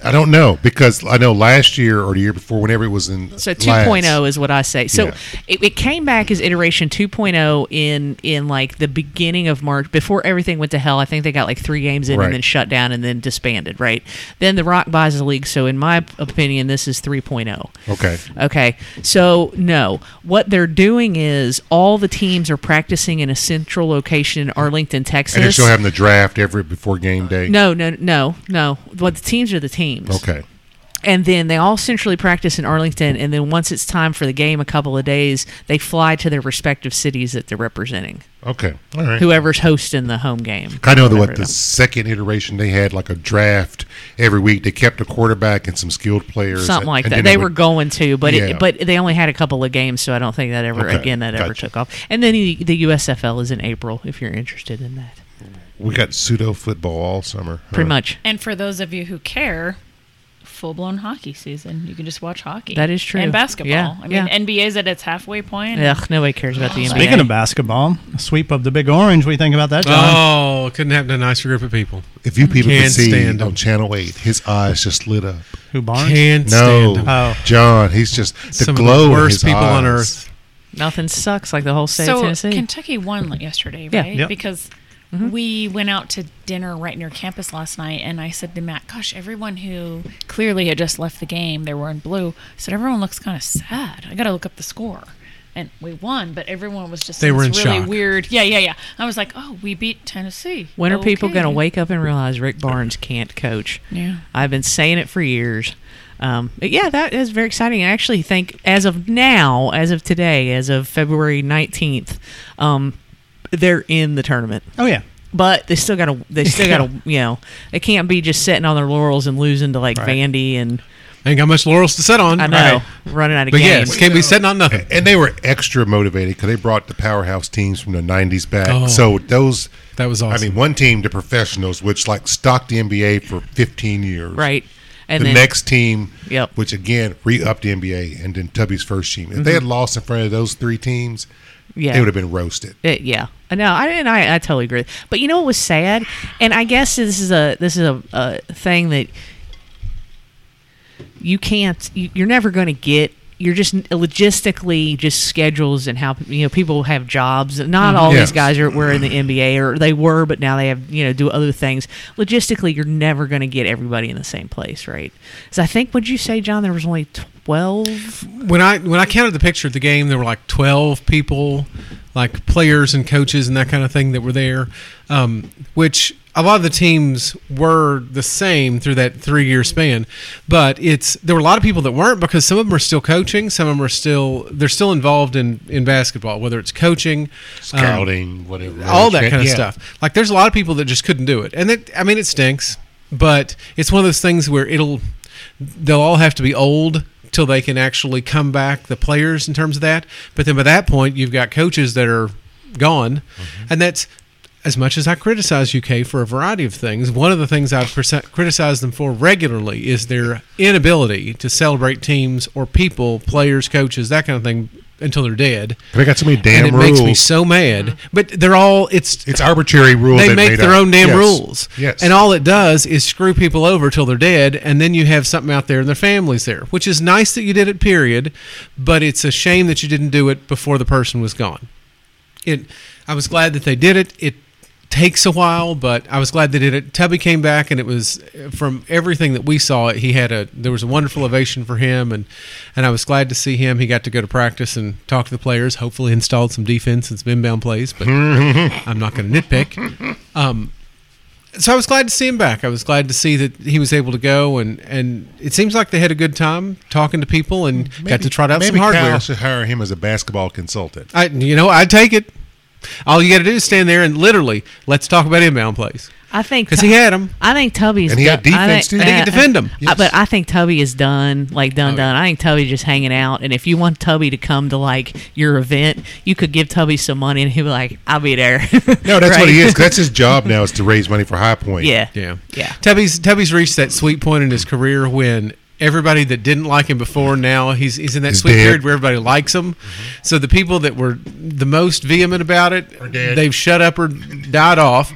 I don't know because I know last year or the year before, whenever it was in So last- 2.0 is what I say. So Yeah. it, it came back as iteration 2.0 in in like the beginning of March before everything went to hell. I think they got like three games in Right. and then shut down and then disbanded. Right. Then the Rock buys the league. So in my opinion, this is 3.0. Okay, Okay. So, no. What they're doing is all the teams are practicing in a central location in Arlington, Texas. and they're still having the draft every before game day. no, no, no, no. What the teams are the teams Okay, and then they all centrally practice in Arlington. And then once it's time for the game, a couple of days, they fly to their respective cities that they're representing. okay, all right. Whoever's hosting the home game. I know that Whatever what it the is. second iteration they had like a draft every week. They kept a quarterback and some skilled players, something like and that. then They it were would- going to, but Yeah. it, but they only had a couple of games, so I don't think that ever Okay, again that ever gotcha. took off. And then the, the USFL is in April if you're interested in that. We got pseudo football all summer. Pretty huh? much. And for those of you who care, full blown hockey season. You can just watch hockey. That is true. And basketball. Yeah, I yeah. mean, NBA's at its halfway point. Ugh, nobody cares about the NBA. Speaking of basketball, a sweep of the Big Orange. What do you think about that, John? Oh, couldn't happen to a nicer group of people. If you people can Can't see stand 'em. on Channel Eight, his eyes just lit up. Who Barnes? Can't No, stand 'em. Oh. John, he's just the Some glow. of in the worst his people on eyes. earth. nothing sucks like the whole state of so Tennessee. Kentucky won like yesterday, Yeah. Mm-hmm. right? Yep. Because we went out to dinner right near campus last night, and I said to Matt, "Gosh, everyone who clearly had just left the game, they were in blue." I said everyone looks kind of sad. I got to look up the score. And we won, but everyone was just They in were this in really shock. weird. Yeah, yeah, yeah. I was like, "Oh, we beat Tennessee." Oh, When are people going to Okay. wake up and realize Rick Barnes can't coach? Yeah. I've been saying it for years. Um, but yeah, that is very exciting. I actually think, as of now, as of today, as of February nineteenth, um, they're in the tournament. Oh, yeah. But they still got to. They still got to. You know, they can't be just sitting on their laurels and losing to like Right. Vandy and Ain't got much laurels to sit on. I know Right. running out of But games. yes, can't be sitting on nothing. And they were extra motivated because they brought the powerhouse teams from the '90s back. Oh. so those, That was I awesome. mean, one team the professionals, which like stocked the NBA for 15 years, Right. And the then next team, Yep. which again re-upped the NBA, and then Tubby's first team. If they had lost in front of those three teams, Mm-hmm. Yeah. they would have been roasted. It, Eh, yeah. Uh, No, I and I, I totally agree. But you know what was sad, and I guess this is a this is a, a thing that you can't you, you're never going to get you're just logistically just schedules and how you know people have jobs not all Yeah. these guys are were in the nba or they were but now they have you know do other things logistically you're never going to get everybody in the same place right because i think would you say john there was only 12 when I when I counted the picture of the game, there were like twelve people, like players and coaches and that kind of thing that were there, um, which a lot of the teams were the same through that three year span, but it's there were a lot of people that weren't because some of them are still coaching, some of them are still they're still involved in in basketball, whether it's coaching, um, Scouting, whatever, all that kind of Yeah. stuff. Like there's a lot of people that just couldn't do it, and that I mean it stinks, but it's one of those things where it'll they'll all have to be old till they can actually come back the players in terms of that but then by that point you've got coaches that are gone Mm-hmm. and that's as much as I criticize UK for a variety of things, one of the things I've perse- criticized them for regularly is their inability to celebrate teams or people, players, coaches, that kind of thing, until they're dead. They got so many damn and it rules. Mm-hmm. makes me so mad. But they're all it's it's arbitrary rules. they they've make made their up. own damn Yes. rules. Yes. And all it does is screw people over till they're dead, and then you have something out there and their families there, which is nice that you did it, period, but it's a shame that you didn't do it before the person was gone. It I was glad that they did it. It takes a while, but I was glad they did it. Tubby came back and it was from everything that we saw, he had a there was a wonderful ovation for him and and I was glad to see him. He got to go to practice and talk to the players, hopefully installed some defense and some inbound plays, but I'm not going to nitpick. Um, so I was glad to see him back. I was glad to see that he was able to go, and, and it seems like they had a good time talking to people and got to try out some Mm, maybe Kyle hardware. should hire him as a basketball consultant. I, you know, I take it. All you got to do is stand there and literally let's talk about inbound plays I think because he had them. I think Tubby's And he had done- I defense, too. They could uh, defend him. I- But I think Tubby is done, like done, Oh, done. I think Tubby just hanging out. And if you want Tubby to come to like your event, you could give Tubby some money, and he'd be like, "I'll be there." No, that's Right? what he is. That's his job now is to raise money for High Point. yeah, Yeah, yeah. Tubby's Tubby's reached that sweet point in his career when everybody that didn't like him before now he's he's in that He's sweet dead. period where everybody likes him. So the people that were the most vehement about it, dead. they've shut up or died off.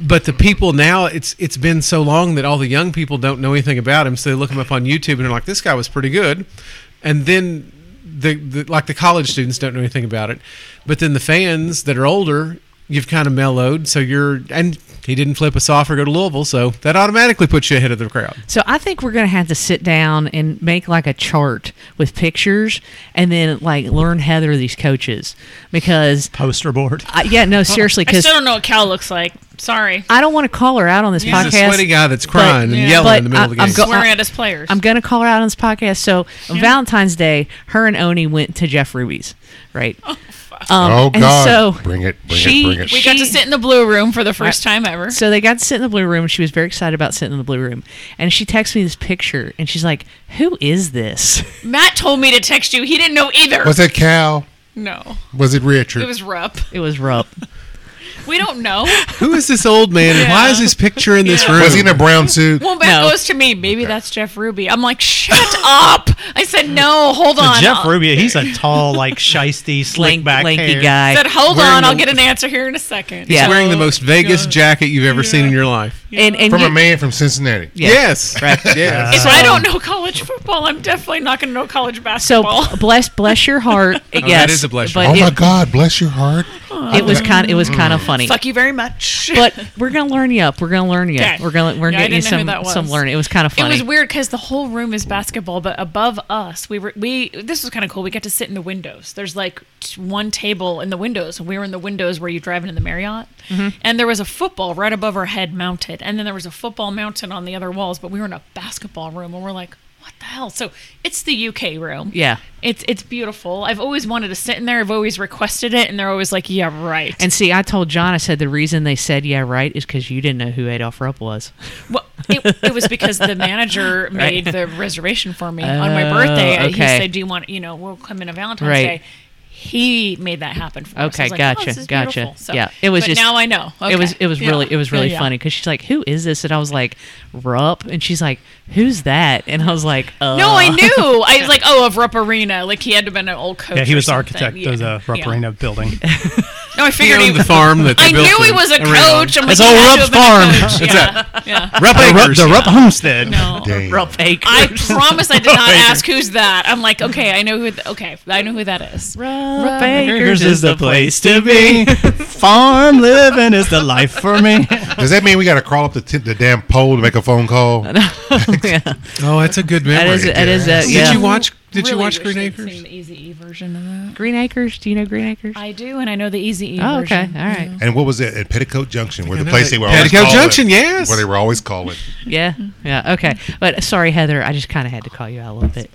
But the people now, it's it's been so long that all the young people don't know anything about him. So they look him up on YouTube and they're like, "This guy was pretty good," and then. The, the like the college students don't know anything about it, but then the fans that are older you've kind of mellowed. So you're, and he didn't flip us off or go to Louisville, so that automatically puts you ahead of the crowd. So I think we're gonna have to sit down and make like a chart with pictures, and then like learn Heather these coaches because Poster board. I, yeah, no, seriously, I because still don't know what Cal looks like. Sorry. I don't want to call her out on this He's podcast. a sweaty guy that's crying But- and yeah. yelling but in the middle of the game. I- I'm go- Swearing at his players. I'm gonna call her out on this podcast. So on Valentine's Day, her and Oni went to Jeff Ruby's, right? Oh, Oh, God. And so Bring it, bring it, she, bring it. we got to sit in the blue room for the first time ever. So they got to sit in the blue room. She was very excited about sitting in the blue room, and she texted me this picture, and she's like, "Who is this?" Matt told me to text you. He didn't know either. Was it Cal? no, Was it Richard? it was Rupp. It was Rupp. We don't know. Who is this old man? and Why is his picture in this room? Was he in a brown suit? Well, Matt No. goes to me. Maybe that's Jeff Ruby. I'm like, shut up. I said, no, hold on. Jeff I'll- Rubio, he's a tall, like shisty, slick Lank, back lanky hair. guy. I said, hold Wearing on. I'll the- get an answer here in a second. Yeah. wearing the most Vegas Oh God. jacket you've ever seen in your life? and and From you- a man from Cincinnati. yeah. Yes. Right. Yes. If I don't know college football, I'm definitely not going to know college So basketball. bless bless your heart. yes, is a bless but your Oh my it, God! Bless your heart. it was kind it was kind of funny. Fuck you very much. But we're gonna learn you up. We're gonna learn you. up. Okay. We're gonna we're Yeah, I gonna get you didn't know who some that was. some learning. It was kind of It funny. was weird because the whole room is basketball, but above us, we were we. This was kind of cool. We got to sit in the windows. There's like t- one table in the windows, and we were in the windows where you drive into the Marriott, Mm-hmm. and there was a football right above our head mounted, and then there was a football mounted on the other walls. But we were in a basketball room, and we're like, what the hell? So it's the UK room. Yeah. it's it's beautiful. I've always wanted to sit in there. I've always requested it, and they're always like, yeah, right. And see, I told John, I said the reason they said yeah, right, is because you didn't know who Adolf Rupp was. Well, it, it was because the manager made the reservation for me on my birthday. He Oh, okay. said, "Do you want? You know, we'll come in on Valentine's Right. Day." He made that happen for us. I Okay, was like, "Oh, gotcha, this is gotcha. beautiful." So- yeah, it was but just now I know. It was Okay. it was Yeah. really it was Yeah, really yeah. funny because she's like, "Who is this?" And I was like, "Rupp," and she's like, "Who's that?" And I was like, uh. No, I knew. I was like, "Oh, of Rupp Arena." Like he had to have been an old coach. Yeah, he or was the something. architect of Yeah. the Rupp Yeah. Arena building. No, I He figured he. owned the farm that they I built knew he the was a arena on. coach. I'm like, That's he old had to Rupp have Farm. been a coach. Yeah, yeah. Rupp the Rupp, Acres. the Rupp Homestead. No. Damn. Rupp I Acres. promise I did not ask who's that. I'm like, okay, I know who. Th- okay, I know who that is. Rupp Acres is the place to be. Farm living is the life for me. Does that mean we got to crawl up the, t- the damn pole to make a phone call? yeah, Oh, that's a good that memory. is that is that. Did Yeah. you watch? Did you Really watch wish Green they'd Acres? seen the Easy E version of that. Green Acres? Do you know Green Acres? I do, and I know the Easy E oh, okay, all version. right. And what was it at Petticoat Junction, where the know place that- they were always Petticoat calling, Junction, yes. where they were always calling. Yeah, yeah, okay. But sorry, Heather, I just kind of had to call you out a little bit.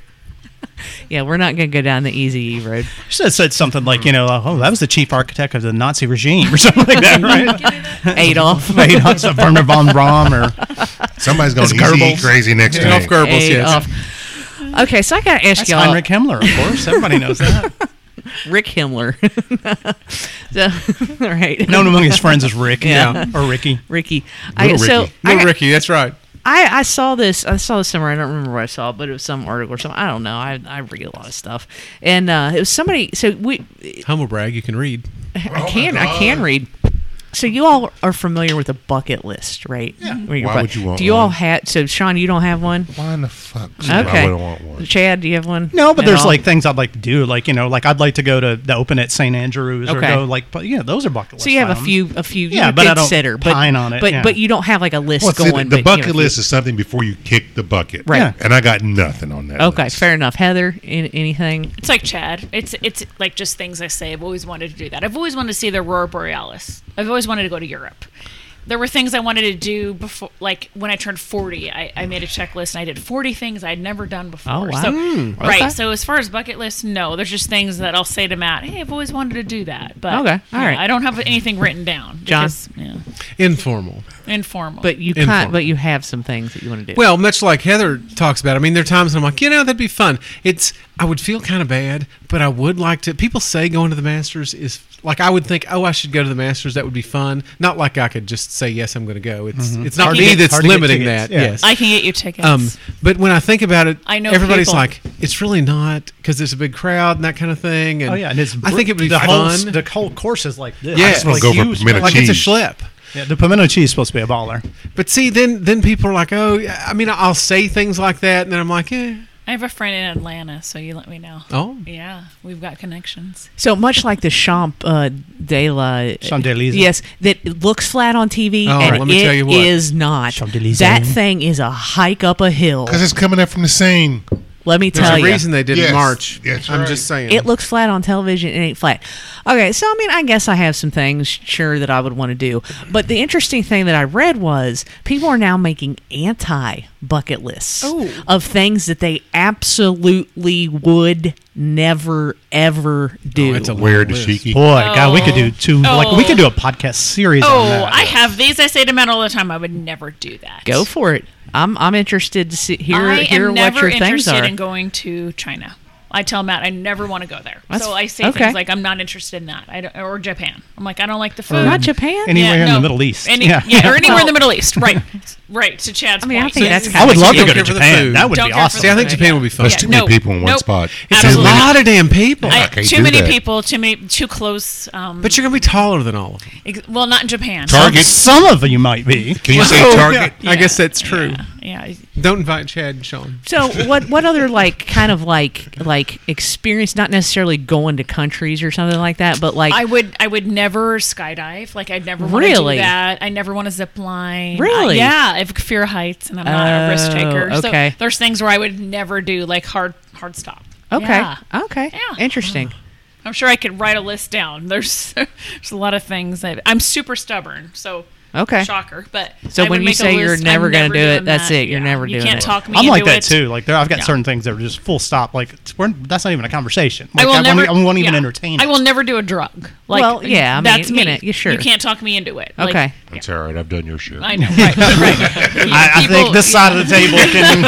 yeah, we're not gonna go down the easy E road. Should have said something like, you know, oh, that was the chief architect of the Nazi regime or something like that, right? Adolf. Adolf Werner von Braun or Somebody's going It's easy Goebbels. crazy next to Adolf me. Goebbels, yes. Adolf. Okay, so I got to ask That's y'all. Heinrich Himmler, of course. Everybody knows that. Rick Himmler. so, all right. Known among his friends as Rick, Yeah. or Ricky. Ricky. I, so Ricky. No, I, got- Ricky, that's right. I, I saw this. I saw this somewhere. I don't remember where I saw it, but it was some article or something. I don't know. I, I read a lot of stuff, and uh, it was somebody. So we, Humble brag, you can read. I Oh my can I can God. read. So you all are familiar with a bucket list, right? Yeah. Why would you want Do you all one? have? So Sean, you don't have one. Why in the fuck? would Okay. I would want one. Chad, do you have one? No, but At there's all? like things I'd like to do. Like, you know, like I'd like to go to the open at St. Andrews or Okay. go like, but yeah, those are bucket lists. So you have a items. few, a few. Yeah, you're a but I don't consider, but, pine on it, But yeah. but you don't have like a list Well, see, going. but, the, the you know, bucket if you- list is something before you kick the bucket, Right. Yeah. And I got nothing on that. Okay, list. fair enough. Heather, in, anything? It's like Chad. It's it's like just things I say. I've always wanted to do that. I've always wanted to see the aurora borealis. I've always wanted to go to Europe. There were things I wanted to do before, like when I turned forty, I, I made a checklist and I did forty things I'd never done before. Oh, wow. So, Mm, okay. Right. So as far as bucket lists, no. There's just things that I'll say to Matt. Hey, I've always wanted to do that, but Okay, all yeah, right. I don't have anything written down. John? because, yeah, Informal. informal. But you Informal. can't. But you have some things that you want to do. Well, much like Heather talks about, I mean, there are times when I'm like, you know, that'd be fun. It's I would feel kind of bad, but I would like to. People say going to the Masters is like I would think, oh, I should go to the Masters. That would be fun. Not like I could just say yes, I'm going to go. It's it's not Mm-hmm. Hard to me get- that's hard to get limiting tickets, that. yeah. Yes, I can get you tickets. Um, but when I think about it, I know everybody's people- like, it's really not because there's a big crowd and that kind of thing. And Oh, yeah. And it's I think it would be the Whole, fun. s- the whole course is like this. Yeah. I It's just wanna like go for huge- pimento like like- it's a cheese. schlep. Yeah, the pimento cheese is supposed to be a baller. But see, then then people are like, oh, yeah, I mean, I'll say things like that, and then I'm like, eh, I have a friend in Atlanta, so you let me know. oh, Yeah, we've got connections. So much like the Champ uh, de la Champ de Elysees. yes, that it looks flat on TV, All and right, let me it tell you what. is not. Champ de Elysees. That thing is a hike up a hill. Because it's coming up from the same. Let me there's tell a you, reason they didn't Yes, march. that's I'm right. just saying. it looks flat on television. It ain't flat. Okay, so I mean, I guess I have some things sure that I would want to do. But the interesting thing that I read was people are now making anti bucket lists of things that they absolutely would never ever do. Oh, it's a long Wear list. dashiki. Boy, God, we could do Oh. two. Like we could do a podcast series. on Oh, that. I have these. I say to men all the time, I would never do that. Go for it. I'm I'm interested to see, hear I hear am what never your things interested are. in going to China. I tell Matt I never want to go there. That's- so I say okay. things like I'm not interested in that. I don't, or Japan. I'm like I don't like the food. Not Japan. Any- anywhere in the no. Middle East. Any- Yeah. yeah. or anywhere in the Middle East. Right, right. To Chad's I mean, I point. think So that's it's- kind I would of love to Don't go to care for the Japan. food. That would Don't be care for awesome. the See, I think food. Japan would be fun. That's Yeah. too many No. people in one Nope. spot. It's Too a Absolutely. many- lot of damn people. I- can't too do many that. people. Too many. Too close. Um, but you're gonna be taller than all of them. ex- well, not in Japan. Target. Some of you might be. Can you say Oh, Target? yeah. I guess that's true. Yeah. yeah. Don't invite Chad and Sean. So what what other like kind of like like experience? Not necessarily going to countries or something like that, but like I would I would never skydive. Like I'd never want to Really? do that. I never want to zip line. Really? Uh, yeah, I have fear of heights and I'm not Oh, a risk taker. okay. So there's things where I would never do like hard hard stop. okay Yeah. okay Yeah. Mm. interesting. I'm sure I could write a list down. There's there's a lot of things that I'm super stubborn. So Okay. shocker. But So I would when you make a say you're list, I'm never gonna do it, doing that's that. it, you're never you doing can't it. Talk me I'm like into that it. too. Like there, I've got Yeah. certain things that are just full stop. Like it's, we're, that's not even a conversation. Like, I will won't never. e- I won't even yeah. entertain. I it. will never do a drug. Like, Well, yeah, I mean, that's you me. know, you sure. You can't talk me into it. Like, Okay. That's all right. I've done your shit. I know. Right. right. You know, I, I people- think this side of the table can.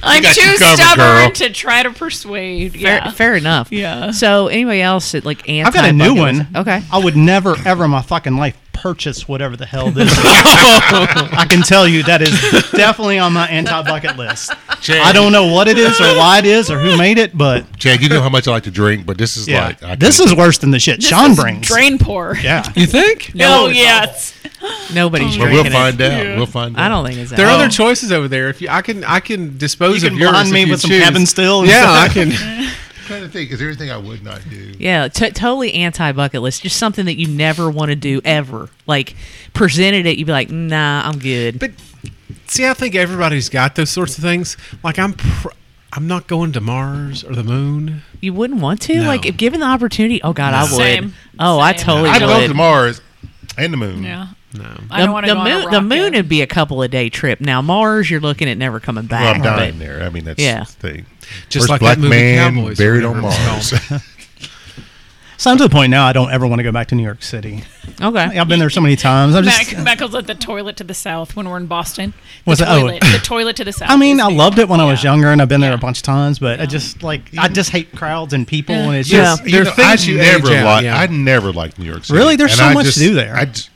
I'm got you too covered, stubborn girl. to try to persuade. Fair, Yeah. fair enough. Yeah. So anybody else that like anti? I've got a new bucket list- one. Okay. I would never, ever in my fucking life purchase whatever the hell this. is. I can tell you that is definitely on my anti-bucket list. Chad, I don't know what it is or why it is or who made it, but Chad, you know how much I like to drink, but this is yeah, like I this can't- is worse than the shit This Sean is brings. Drain pour. yeah. You think? No, it's yeah. awful. it's- Nobody's But drinking we'll find it. out. We'll find out. I don't think it's that. There are other choices over there. If you, I can, I can dispose You can of yours. blind if me you with some choose. cabin still and Yeah, stuff. I can. trying to think. Is there anything I would not do? Oh, yeah, t- totally anti bucket list. Just something that you never want to do ever. Like presented it, you'd be like, nah, I'm good. But see, I think everybody's got those sorts of things. Like I'm, pr- I'm not going to Mars or the moon. you wouldn't want to. No. Like if given the opportunity, oh god, I would. Same. Oh, I Same. totally I'd would. love to Mars and the moon. Yeah. No, I don't want to the go moon, on a the rocket. moon would be a couple of day trip. Now Mars, you're looking at never coming Well, back. I'm but- dying there. I mean, that's Yeah. the thing. Just First like black that movie man Cowboys or buried on whatever it's Mars. So I'm to the point now I don't ever want to go back to New York City. Okay. I've been there so many times. I'm Mac, just. Mac calls it the toilet to the south when we're in Boston. The What's that? Oh. toilet, the toilet to the south. I mean, is I the- loved it when I was yeah. younger, and I've been there a bunch of times. But I just like I just hate crowds and people, and it's Yeah. just There are things you never age out, liked. yeah. I never liked New York City. Really? There's so I much to do there. I j-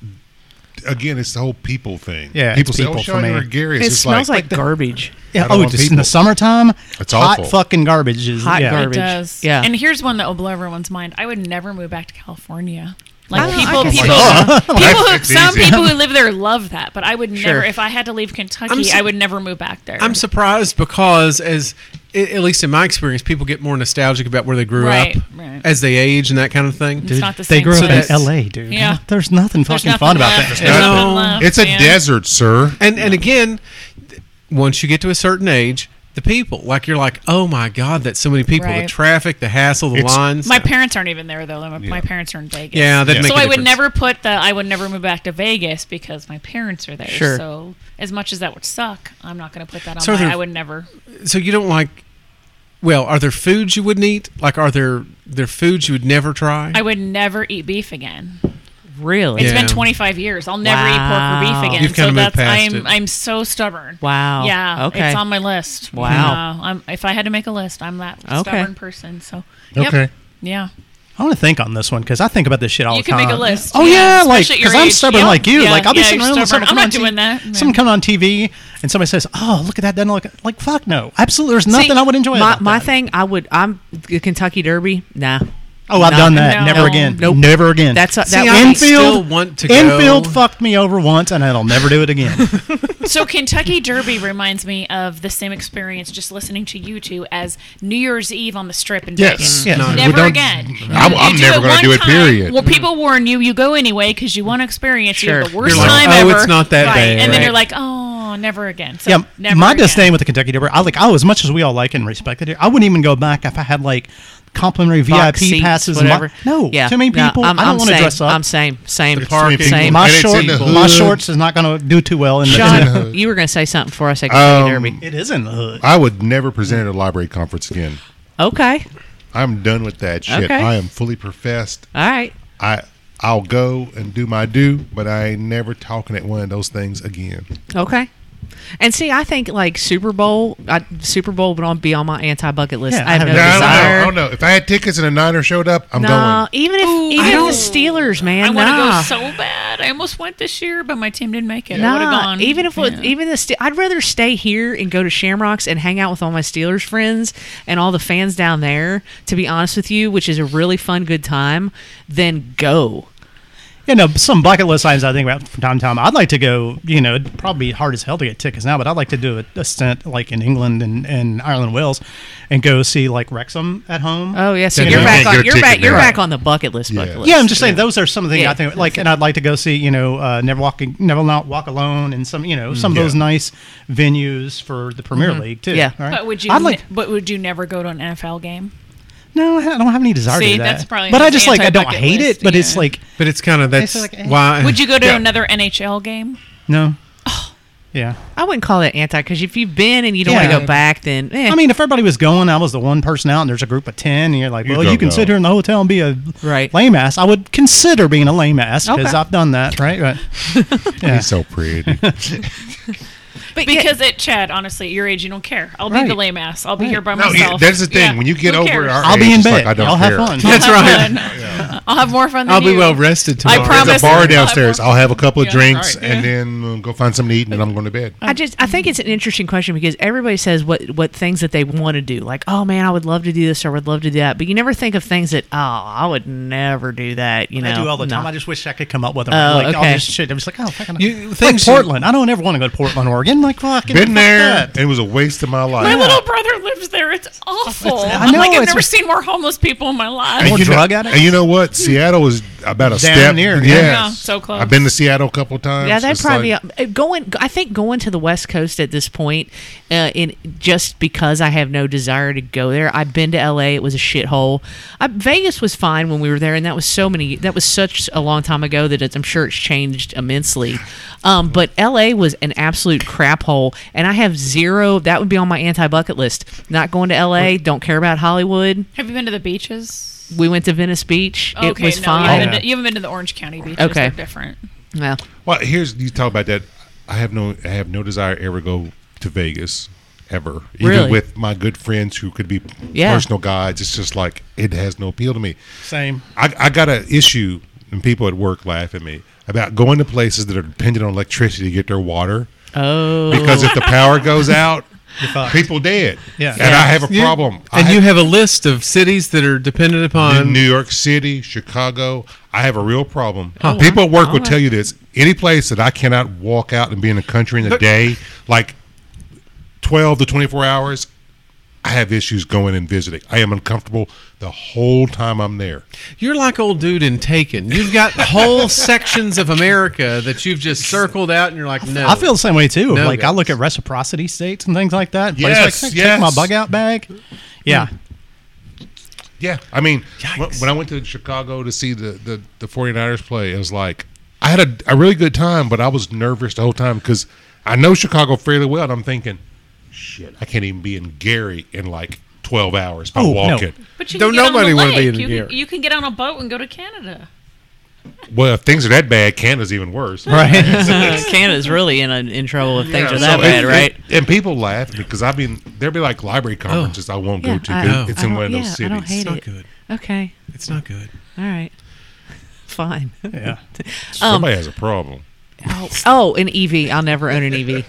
again, it's the whole people thing. Yeah, it's people say, people "Oh, for Sean, you're me." a Gary." It's It just smells like, like garbage. yeah. don't Oh, want just in people. the summertime, It's hot awful. fucking garbage. Is, Hot yeah. garbage. It does. Yeah. And here's one that will blow everyone's mind. I would never move back to California. Like I- I people, can see people, that. people, Well, who- it's some easy. people who live there love that, but I would Sure. never. If I had to leave Kentucky, I'm su- I would never move back there. I'm surprised because as a- at least in my experience, people get more nostalgic about where they grew Right, up right. as they age and that kind of thing. It's not the they same grew up in place. L.A., dude. Yeah. There's nothing There's fucking nothing fun about left. that. There's nothing No. left, It's a man. desert, sir. And and again, th- once you get to a certain age, the people like you're like, oh my god, that's so many people. The Right. traffic, the hassle, the It's- lines. My parents aren't even there though. My, my parents are in Vegas. Yeah, that'd make so a I would difference. never put the I would never move back to Vegas because my parents are there. Sure. So as much as that would suck, I'm not going to put that on. So my, there- I would never. So you don't like. Well, are there foods you wouldn't eat? Like, are there there foods you would never try? I would never eat beef again. Really? It's been Yeah. 25 years. I'll never eat pork or Wow. beef again. so You've kinda that's moved past I'm it. I'm so stubborn. Wow. Yeah. Okay. It's on my list. Wow. Yeah, I'm, if I had to make a list, I'm that Okay. stubborn person. So. Yep. Okay. Yeah. I want to think on this one because I think about this shit all You the can time. make a list, Oh yeah, yeah, like especially at your because I'm age. stubborn Yeah, like you. yeah, like I'll be yeah, sitting you're around with stubborn. someone I'm come on not doing TV that. Someone Yeah. coming on TV and somebody says, "Oh, look at that!" Doesn't look like fuck no. Absolutely, there's nothing See, I would enjoy. My about my that. thing, I would. I'm the Kentucky Derby. Nah. Oh, I've No, done that. no, never no, again. nope. Never again. That's a, that. See, would I be- still Enfield want to go. Enfield fucked me over once, and I'll never do it again. So Kentucky Derby reminds me of the same experience just listening to you two as New Year's Eve on the strip in Yes. Vegas. Yes. No. Never Uh, don't- again. I'm- You I'm do never gonna one do it, time. period. Well, people warn you. You go anyway because you want to experience. You have Sure. the worst You're like, time "Oh, ever. it's not that right. bad, And then right. you're like, oh, never again. So, yeah, never my again. disdain with the Kentucky Derby. I like. Oh, as much as we all like and respected it, I wouldn't even go back if I had like complimentary box VIP seats, passes. and whatever. my- no, Yeah. too many No, people. I'm, I I'm don't want to same. dress up. I'm same. Same. There's too many people. Same. my And it's short, in the my hood. shorts is not going to do too well in the, in the Sean, you were going to say something before I say Kentucky Um, Derby. It is in the hood. I would never present at a library conference again. Okay. I'm done with that shit. Okay. I am fully professed. All right. I I'll go and do my due, but I ain't never talking at one of those things again. Okay. And see, I think like Super Bowl, I, Super Bowl would on- be on my anti bucket list. Yeah, I have I no have No, I don't know. desire. I don't know. If I had tickets and a Niner showed up, I'm No, going. even if even if the Steelers, man, I want to nah. go so bad. I almost went this year, but my team didn't make it. I would have Nah, gone. even if with Yeah. even the Ste- I'd rather stay here and go to Shamrocks and hang out with all my Steelers friends and all the fans down there. To be honest with you, which is a really fun, good time, than go. You know, some bucket list items I think about from time to time. I'd like to go, you know, it'd probably be hard as hell to get tickets now, but I'd like to do a, a stint like in England and, and Ireland, Wales, and go see like Wrexham at home. Oh yeah, so Yeah, you're you back can't on get a you're back ticket you're now. back on the bucket list. Bucket Yeah. list. yeah, I'm just saying those are some of the things Yeah, I think like, and I'd like to go see, you know, uh, Never Walking, Never Not Walk Alone, and some, you know, some of those Yeah. nice Mm-hmm. venues for the Premier League too. Yeah. right? But would you? I'd like, ne- but would you never go to an NFL game? no, I don't have any desire See, to do that. that's probably but I his just like, I don't anti-bucket hate list, it, but it's yeah. like, But it's kind of that's feel like, eh. why. Would you go to Yeah. another NHL game? no. Yeah. I wouldn't call that anti because if you've been and you don't want Yeah. to go back, then eh. I mean, if everybody was going, I was the one person out, and there's a group of ten, and you're like, You well, go, you can go. sit here in the hotel and be a Right. lame ass. I would consider being a lame ass because Okay. I've done that, right? But, yeah. He's so pretty. but yeah, Because at Chad, honestly, at your age, you don't care. I'll be Right. the lame ass. I'll be here by No, you- myself. that's the thing. Yeah. When you get Who over cares? our I'll be age, in it's like, bed. I don't I'll have care. fun. That's right. I'll have more fun. Than I'll be you. well rested tomorrow. I promise. There's a bar I'll have downstairs. more- I'll have a couple of Yeah, drinks right. and then uh, go find something to eat, and then I'm going to bed. I just I think it's an interesting question because everybody says what what things that they want to do. Like, oh man, I would love to do this or I would love to do that, but you never think of things that oh I would never do that. You know, I do all the time. No. I just wish I could come up with them. Oh, like, okay. all this shit. I'm just like, oh, fucking. You- it's like things you- Portland. I don't ever want to go to Portland, Oregon. Like, fucking. Been fuck there. that. It was a waste of my life. My little brother lives there. It's awful. It's- I I'm know, like, I've it's never just- seen more homeless people in my life. More you know- drug addicts? And you know what? Seattle is about a Damn step near, yeah. Yes. Yeah, so close. I've been to Seattle a couple times. Yeah, that'd It's probably like- be uh, going. I think going to the West Coast at this point, uh, in just because I have no desire to go there. I've been to L.A. It was a shithole. I, Vegas was fine when we were there, and that was so many. That was such a long time ago that it's, I'm sure it's changed immensely. Um, but L.A. was an absolute crap hole, and I have zero. That would be on my anti bucket list. Not going to L.A. Don't care about Hollywood. Have you been to the beaches? we went to Venice Beach. it Okay, was no, You fine. haven't, Yeah. been to, you haven't been to the Orange County beaches. Okay. They're different. Well, Well, here's you talk about that. I have no, I have no desire to ever go to Vegas ever. Even Really? with my good friends who could be Yeah. personal guides, it's just like it has no appeal to me. Same. I, I got an issue, and people at work laugh at me about going to places that are dependent on electricity to get their water. oh, Because if the power goes out, fucked. people dead. Yeah. and I have a problem. I And you have a list of cities that are dependent upon. New York City, Chicago. I have a real problem. Oh, People at work will tell you this. Any place that I cannot walk out and be in the country in a day, like 12 to 24 hours, I have issues going and visiting. I am uncomfortable the whole time I'm there. You're like old dude in Taken. You've got whole sections of America that you've just circled out, and you're like, no. I feel the same way too. No like I guys. look at reciprocity states and things like that. Places Yes, like, Take yes. my bug out bag. Yeah. Yeah. I mean, when, Yikes. when I went to Chicago to see the, the, the 49ers play, it was like, I had a, a really good time, but I was nervous the whole time because I know Chicago fairly well, and I'm thinking, shit, I can't even be in Gary in like 12 hours by Oh, no. walking. But you Don't can get on nobody the wanna lake. be in you, here. Can, you can get on a boat and go to Canada. Well, if things are that bad, Canada's even worse. Right. Canada's really in in trouble if things Yeah, are that so it- bad, it- right? Oh. and people laugh because I mean, there'll be like library conferences I won't go Yeah, to. 'cause I- No. I It's in don't- one of those yeah, I cities. don't hate it's not it. good. Okay, It's not good. all right, fine. yeah. Um, Somebody has a problem. Oh, oh, an EV. I'll never own an EV.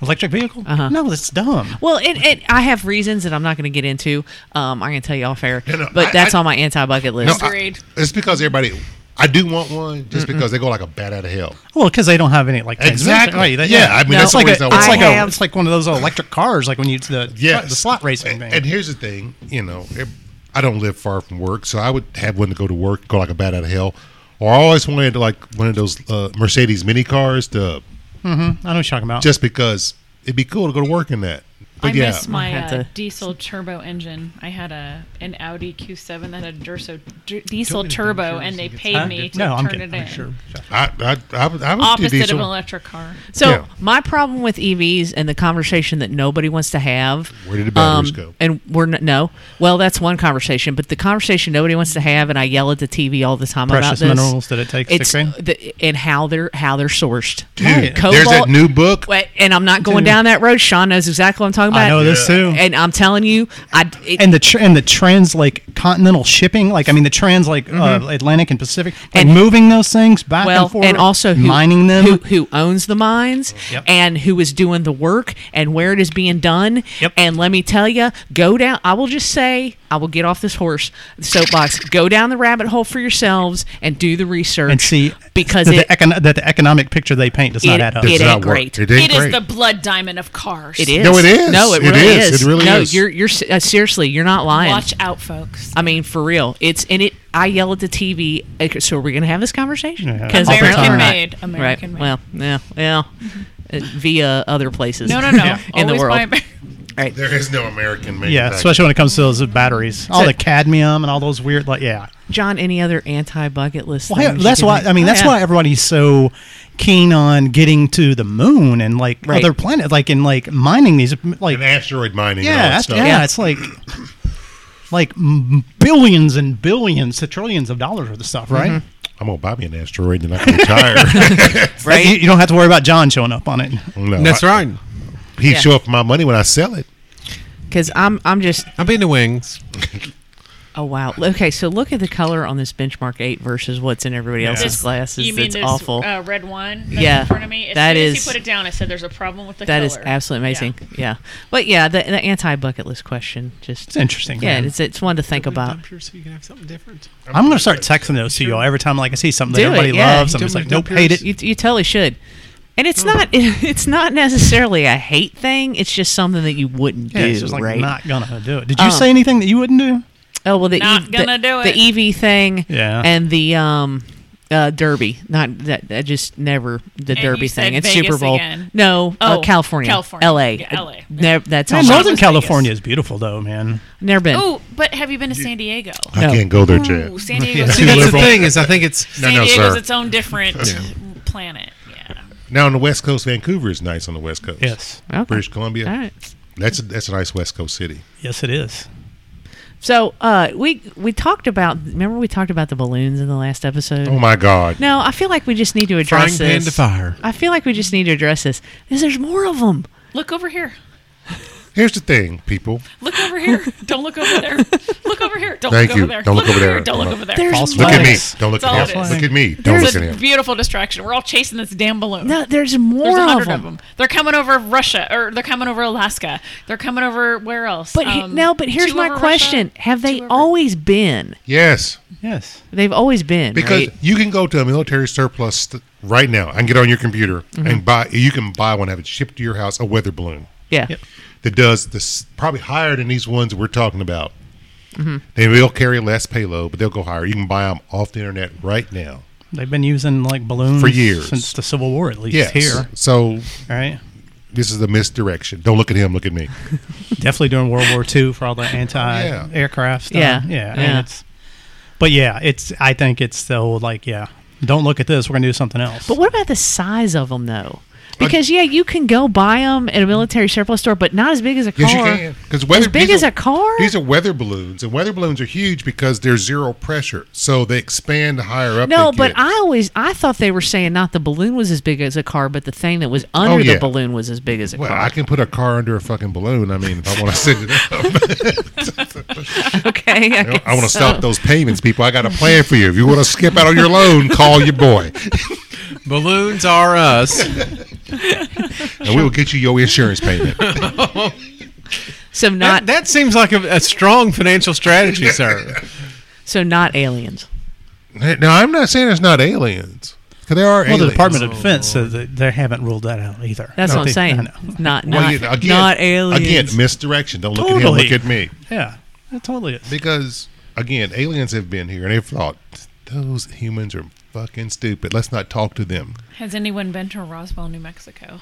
Electric vehicle? No, that's dumb. Well, it, it, I have reasons that I'm not going to get into. Um, I'm going to tell you off air, No, no, but I- that's I- on my anti-bucket list. I- Agreed. it's because everybody. I do want one just because they go like a bat out of hell. Well, because they don't have any like Exactly. Right, they- Yeah, I mean, it's that's the like a, it's reason I want like one. a, it's like one of those electric cars, like when you the Yes. the slot racing And, thing. and here's the thing, you know, it, I don't live far from work, so I would have one to go to work, go like a bat out of hell. Or I always wanted like one of those uh, Mercedes mini cars to Hmm? I know what you're talking about. just because it'd be cool to go to work in that. But I yeah, miss my had uh, to- diesel turbo engine. I had a an Audi Q7 that had a Durso, d- diesel turbo, and they paid Huh? me to No, I'm turn kidding. it I'm in. sure. I, I, I, would- I would do Opposite of diesel. an electric car. So Yeah. my problem with EVs and the conversation that nobody wants to have. um, Where did the batteries go? And we're n- no. Well, that's one conversation, but the conversation nobody wants to have, and I yell at the TV all the time about Precious this. minerals that it takes to It's clean? the, and how they're how they're sourced. Dude, Cobalt- there's that new book. Wait, and I'm not going down that road. Sean knows exactly what I'm talking about. I know this too. And I'm telling you, I it, and the tr- and the trans like continental shipping, like I mean the trans like uh, Atlantic and Pacific, like Mm-hmm. And- moving those things back well, and forth, and also who, mining them. who, who owns the mines, Yep. and who is doing the work, and where it is being done. Yep. And let me tell you, go down. I will just say, I will get off this horse soapbox. go down the rabbit hole for yourselves and do the research and see because that it, the, econ- that the economic picture they paint does It- not add up. Does it not ain't work. great. It ain't It is great. the blood diamond of cars. it is. No, it is. No, it, It really is. is. It really no, is. You're you're se- uh, seriously, you're not lying. Watch out, folks. I mean, for real, it's and it. I yell at the TV. okay, So are we gonna have this conversation? Yeah. Because All the apparently time. we're not. American-made, American-made. Right. Well, yeah, well, uh, via other places. Mm-hmm. No, no, no. In the Always world. buy Amer- There is no American made. yeah, especially when it comes to those batteries, all So- the cadmium and all those weird like yeah. John, any other anti-bucket list? Well, yeah, things that's you why can- Oh, I mean that's Yeah. why everybody's so keen on getting to the moon and like Right. other planets, like in like mining these like and asteroid mining. yeah, and all that that's- stuff. yeah, Yeah. it's like like m- billions and billions to trillions of dollars worth of stuff, right? Mm-hmm. I'm gonna buy me an asteroid and I can retire. Right. You, you don't have to worry about John showing up on it. no, That's Oh, I- right. He'd Yeah. show up for my money when I sell it. Because I'm I'm just I've been to Wings. oh wow. Okay, so look at the color on this benchmark eight versus what's in everybody else's This- glasses. you mean it's this awful. Uh, red one? That's Yeah. in front of me. As That soon is- As he put it down. I said, "There's a problem with the That color." is absolutely amazing. Yeah. But yeah, the, the anti-bucket list question just It's interesting. yeah, man. it's it's one to think about. Dump here so you can have something different. I'm gonna start texting those to y'all every time. Like I see something Do that it, everybody yeah. loves, I'm Don't just like, make nope, no hate it. You, you totally should. And Hmm. it's not it's not necessarily a hate thing. It's just something that you wouldn't do, Yeah, it's just like right? not gonna do it. Did you Um, say anything that you wouldn't do? oh well, the Not the- gonna do it. The EV thing, Yeah. and the um, uh, Derby. Not that that just never the Derby you thing. said It's Vegas Super Bowl. again. No, uh, Oh, California, California. L.A. Yeah, LA. Never, that's Man, on my- Northern Las Vegas. California is beautiful though, man. never been. Oh, but have you been to San Diego? No. I can't go there, Chad. Ooh, San Diego's, See, that's the liberal. thing is, I think it's No, San no, Diego's sir. its own different planet. Yeah. Now on the West Coast, Vancouver is nice on the West Coast. Yes, Okay. British Columbia. All right. That's a, that's a nice West Coast city. yes, it is. So uh, we we talked about. Remember we talked about the balloons in the last episode. Oh my God. No, I feel like we just need to Frying address pan this. to fire. I feel like we just need to address this. Is there's more of them? Look over here. Here's the thing, people. Look over here. Don't look over there. Look over here. Don't Thank look you. over there. Don't look over there. here. Don't look over there. There's False Look at me. Nice. Don't look That's at all him. it is. Look at me. Don't There's look a at him. Beautiful distraction. We're all chasing this damn balloon. No, there's more There's a of, hundred them. of them. They're coming over Russia, or they're coming over Alaska. They're coming over where else? But he, Um, no, but here's two my over question: Russia, Have they two over- always been? Yes. Yes. They've always been Because right? you can go to a military surplus st- right now and get on your computer Mm-hmm. and buy. You can buy one, have it shipped to your house, a weather balloon yeah, Yep. that does this probably higher than these ones we're talking about. Mm-hmm. They will carry less payload, but they'll go higher. You can buy them off the internet right now. They've been using like balloons For years. since the Civil War, at least Yes. here. So All right. this is a misdirection. Don't look at him. Look at me. Definitely during World War II for all the anti-aircraft stuff. Yeah. Yeah. I Yeah. mean, it's, but yeah, it's. I think it's the old like yeah. Don't look at this. We're gonna do something else. But what about the size of them though? Because yeah, you can go buy them at a military surplus store, but not as big as a car. Yes, you can. Because as big as a car. These are weather balloons, and weather balloons are huge because they're zero pressure, so they expand the higher up. no, they but get. I always I thought they were saying not the balloon was as big as a car, but the thing that was under Oh, yeah. the balloon was as big as a Well, car. I can put a car under a fucking balloon. I mean, if I want to send it up, okay, I, you know, guess I want to so. stop those payments, people. I got a plan for you. If you want to skip out on your loan, call your boy, Balloons are us. and we will get you your insurance payment. So not that, that seems like a, a strong financial strategy, sir. so not aliens. now, I'm not saying it's not aliens, 'cause there are Well, the aliens. Department of Defense says that they haven't ruled that out either. That's I what I'm think- saying. I know. Not not Well, you know, again, not aliens. Again, misdirection. Don't look Totally. at him. Look at me. Yeah, it totally is. Because again, aliens have been here and they've thought those humans are fucking stupid. Let's not talk to them. Has anyone been to Roswell, New Mexico?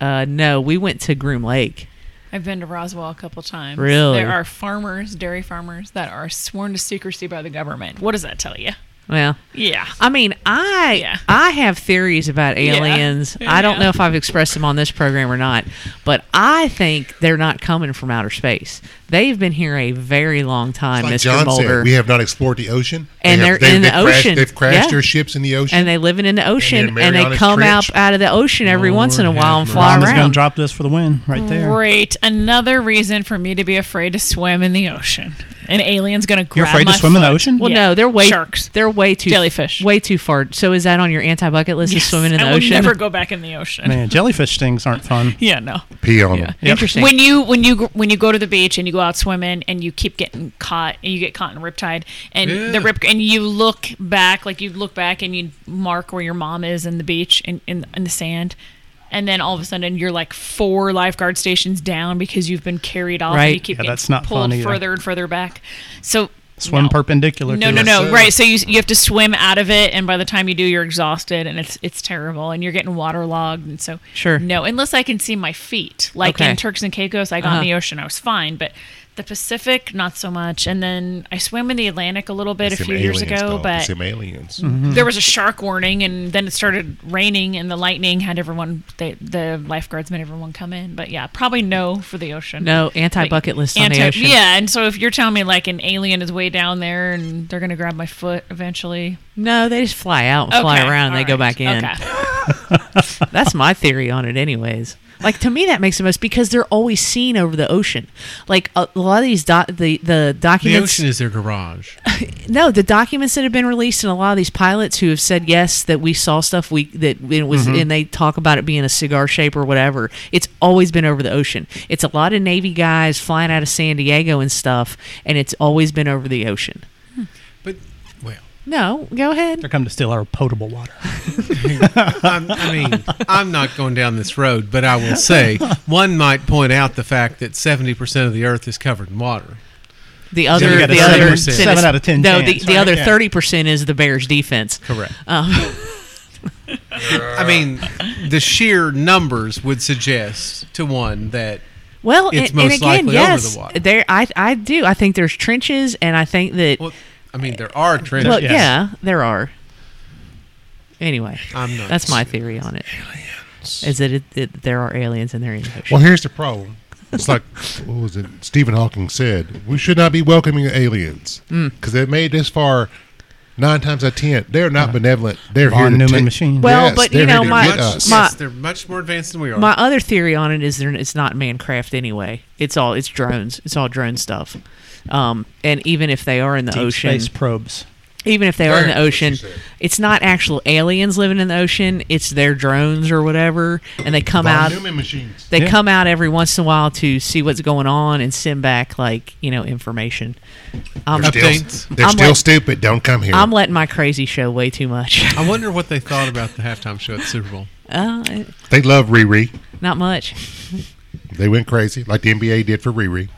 uh, no, we went to Groom Lake. I've been to Roswell a couple times. Really? There are farmers, dairy farmers, that are sworn to secrecy by the government. What does that tell you? Well, Yeah. I mean, I Yeah. I have theories about aliens. I don't Yeah. know if I've expressed them on this program or not, but I think they're not coming from outer space. They've been here a very long time, Like Mr. John Boulder, said, we have not explored the ocean. And have- they're in the crashed, ocean. They've crashed Yeah. their ships in the ocean. and they living in the ocean, and, they Mariana's come Trench. out out of the ocean every once in a Lord while and have fly Obama's gonna around. drop this for the win right there. Great. Another reason for me to be afraid to swim in the ocean. An alien's going to grab You're afraid my to swim in the foot. ocean? Well, Yeah. no, they're way Sharks. They're way too Jellyfish. way too far. So is that on your anti bucket list? Is Yes. swimming in the I will ocean? never go back in the ocean. Man, jellyfish stings aren't fun. Yeah, no. pee on them. Interesting. When you when you when you go to the beach and you go out swimming and you keep getting caught and you get caught in riptide and Yeah. the rip and you look back like you look back and you mark where your mom is in the beach and in, in the sand. And then all of a sudden, you're like four lifeguard stations down because you've been carried off. Right. And you keep Yeah, getting that's not fun pulled either. further and further back. So Swim no. perpendicular. No, to no, it. no. sir. Right. So you you have to swim out of it, and by the time you do, you're exhausted, and it's it's terrible, and you're getting waterlogged, and so Sure. No, unless I can see my feet, like Okay. in Turks and Caicos, I got Uh-huh. in the ocean, I was fine, but the Pacific, not so much. And then I swam in the Atlantic a little bit a Some few years aliens, ago, dog. but some aliens. Mm-hmm. there was a shark warning, and then it started raining, and the lightning had everyone, they, the lifeguards made everyone come in. But yeah, probably no for the ocean. no anti bucket list on the Anti- ocean. Yeah, and so if you're telling me like an alien is way down there and they're gonna grab my foot eventually, No, they just fly out and fly Okay, around and they all go right, back in. Okay. That's my theory on it, anyways. Like to me, that makes the most because they're always seen over the ocean. Like a, a lot of these doc the the The documents. ocean is their garage. no, the documents that have been released and a lot of these pilots who have said yes that we saw stuff we that it was Mm-hmm. and they talk about it being a cigar shape or whatever. It's always been over the ocean. It's a lot of Navy guys flying out of San Diego and stuff, and it's always been over the ocean. But well, No, go ahead. They're coming to steal our potable water. I'm, I mean, I'm not going down this road, but I will say one might point out the fact that 70% of the Earth is covered in water. The other, got a the other 7%. Seven out of 10 No, the, chance, the right? other Yeah. thirty percent is the Bears' defense. Correct. Um, I mean, the sheer numbers would suggest to one that Well, It's and, most and again, likely over yes, the water. there. I I do. I think there's trenches, and I think that. well, Well, I mean, there are trenches. yes. yeah, there are. Anyway, I'm not that's my theory on it. Is that it, it, there are aliens and they're in the ocean? Well, here's the problem. It's like what was it? Stephen Hawking said we should not be welcoming aliens Mm. because they made this far. Nine times out of ten, they're not benevolent. They're Von here to Neumann take- machine. Well, Yes, but, they're you know, here to my- get much, us. my- yes, they're much more advanced than we are. My other theory on it is there, it's not mancraft anyway. It's all it's drones. It's all drone stuff. Um, and even if they are in the Deep ocean, space probes. even if they are in the Very ocean, interesting. it's not actual aliens living in the ocean. It's their drones or whatever, and they come Von out. Neumann machines. They Yeah. come out every once in a while to see what's going on and send back like you know information. I'm, They're Updates. still, they're I'm still like- stupid. Don't come here. I'm letting my crazy show way too much. I wonder what they thought about the halftime show at the Super Bowl. uh, they love Riri. not much. They went crazy like the NBA did for Riri.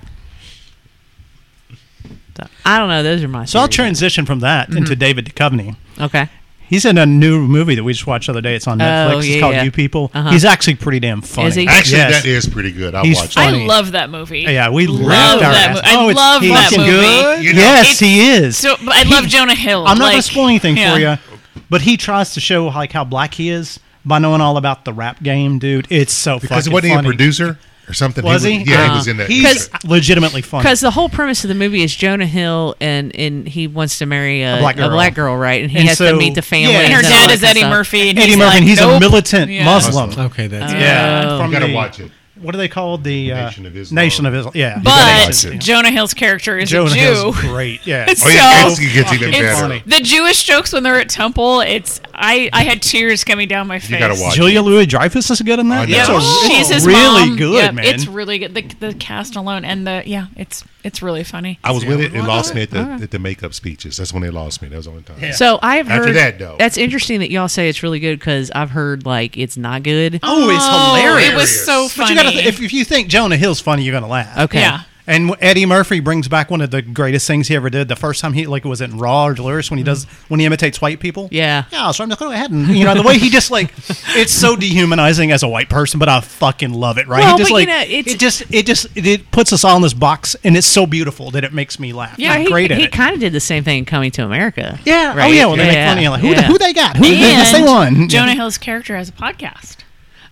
So, I don't know. Those are my. So I'll theories. transition from that Mm-hmm. into David Duchovny. Okay. He's in a new movie that we just watched the other day. It's on Oh, Netflix. yeah, it's called yeah. You People. Uh-huh. He's actually pretty damn funny. Is he? Actually, Yes. that is pretty good. I He's watched funny. it. I love that movie. Yeah, we love Love our that ass. movie. I Oh, it's love he's that fucking movie. Good. You know- yes, he is. So but I love Jonah Hill. I'm not going like- to spoil anything yeah. for you, but he tries to show like how black he is by knowing all about the rap game, dude. It's so Because fucking wasn't he a funny. producer or something? Was he? Uh-huh. Yeah, he Uh, was in that. He's legitimately funny. Because the whole premise of the movie is Jonah Hill and, and he wants to marry a, A black girl. right? And he And has to so- meet the family. yeah. And her all dad that is kind of Eddie stuff. Murphy. And Eddie he's Murphy, like, and he's nope. a militant Yeah. Muslim. Okay, that's Yeah, Oh. from You gotta the- watch it. What are they called? The uh, Nation of Islam. Nation of Islam. Yeah, But That's it. Jonah Hill's character is Jonah a Jew. Hill's great. Yeah, It's Oh yeah, So- it's- it gets even fucking better. funny. The Jewish jokes when they're at temple, it's I I had tears coming down my face. gotta watch. Julia Louis Dreyfus is good in that. I know. It's Yep. a- Oh, it's She's his really mom. good, Yep, man. It's really good. The, the cast alone and the yeah, it's it's really funny. I was with it. It lost me at the, at the makeup speeches. That's when they lost me. That was the only time. So I have After heard that, though. That's interesting that y'all say it's really good because I've heard like it's not good. oh, it's It hilarious. was so but funny. you gotta th- if, if you think Jonah Hill's funny, you're gonna laugh. okay. yeah. And w- Eddie Murphy brings back one of the greatest things he ever did. The first time he like was in Raw or Delirious when he does when he imitates white people. Yeah. Yeah, so I'm just going ahead and you know the way he just like it's so dehumanizing as a white person, but I fucking love it. Right? Well, he just but, you like know, it's- it just it just it, it puts us all in this box, and it's so beautiful that it makes me laugh. Yeah, I'm he, great at he it. kind of did the same thing in coming to America. yeah. Right? Oh yeah. Well, they make fun of you. Like, who, the, yeah. who they got? Who yes, they And won? Jonah Hill's character has a podcast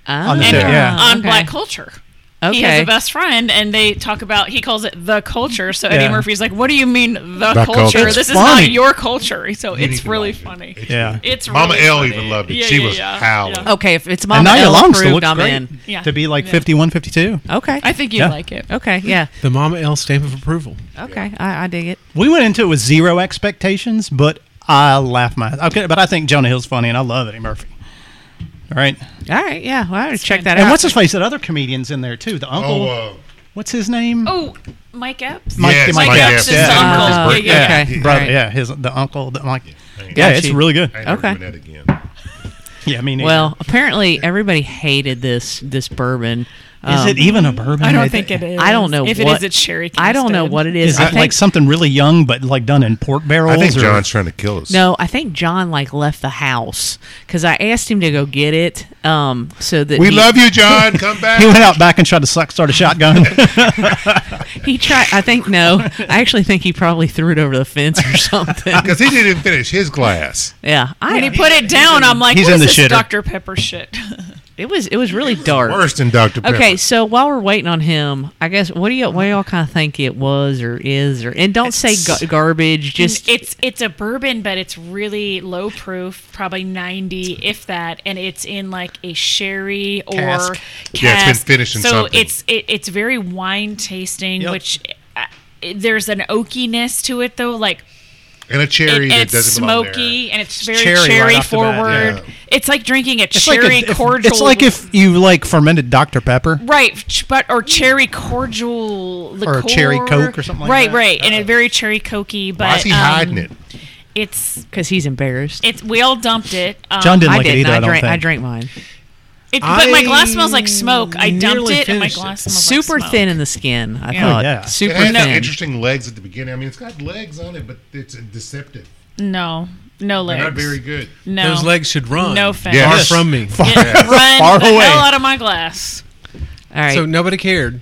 Ah, on the and uh, show, yeah. on okay. black culture. He Okay. has a best friend, and they talk about. He calls it the culture. So Eddie Yeah. Murphy's like, "What do you mean the, The culture? culture. This It's is not funny. your culture." So You it's can really watch it. funny. It's- Yeah. It's Mama really L funny. even loved it. Yeah, she yeah, was yeah, howling. yeah. Okay, if it's And Mama Nia L Long still approved, looks I'm great in. Yeah. to be like Yeah. 51, 52. Okay. I think you Yeah. would like it. okay. Yeah. the Mama L stamp of approval. Okay. I, I dig it. We went into it with zero expectations, but I laugh my okay. But I think Jonah Hill's funny, and I love Eddie Murphy. All right. All right. Yeah. Well, I would check that And out. what's his face? That other comedian's in there too. The uncle. Oh, uh, what's his name? Oh, Mike Epps. Mike, yes, Mike, Mike Epps, Epps' yeah. uncle. Eddie Murphy's birthday. Yeah, yeah, yeah. Okay. Yeah, brother, Alright. yeah, his the uncle, the Mike. Got Yeah, it's you. really good. I ain't never Okay. doing that again. Yeah, I mean, well, apparently everybody hated this this bourbon. is Um, it even a bourbon? I don't think it is. I don't know if what- it is. It's sherry. I don't know Kingston. what it is. Is I it like something really young, but like done in pork barrels? I think or- John's trying to kill us. No, I think John like left the house because I asked him to go get it. Um, so that We he, love you, John. Come back. He went out back and tried to suck, start a shotgun. he tried. I think no, I actually think he probably threw it over the fence or something. Because he didn't finish his glass. yeah, I When he put it down, I'm like, He's what in is the this shitter. Dr. Pepper shit? it was it was really dark. Worse than Dr. Pepper. Okay, so while we're waiting on him, I guess what do you what do y'all kind of think it was or is or and don't say It's- ga- garbage. Just it's it's a bourbon, but it's really low proof, probably ninety, if that, and it's in like a sherry or Cask. Yeah, it's been cask. finished in so something. it's it, it's very wine tasting, Yep. which uh, there's an oakiness to it though, like and a it- cherry that it's doesn't belong there. smoky and it's very cherry cherry, right off the bat, forward. yeah. It's like drinking a It's like cherry if- if- cordial. It's like if you like fermented Dr Pepper. Right, ch- but or cherry cordial liqueur, Mm. Or cherry Coke or something like right, that. Right, and a very cherry cokey. But Why is he um, hiding it? It's because he's embarrassed. it's we all dumped it. Um, John didn't I like it didn't. either. I, I don't drank. think. I drank mine. It, but my glass I smells like smoke. I dumped nearly it, and my finished it. glass smells Super like smoke. thin in the skin. I Yeah. thought. yeah. Super It has thin. interesting legs at the beginning. I mean, it's got legs on it, but it's uh, deceptive. No, no They're legs. not very good. No, Those legs should run. No far offense. Yes. from me. Get- run Far the away. hell out of my glass. All right. So nobody cared.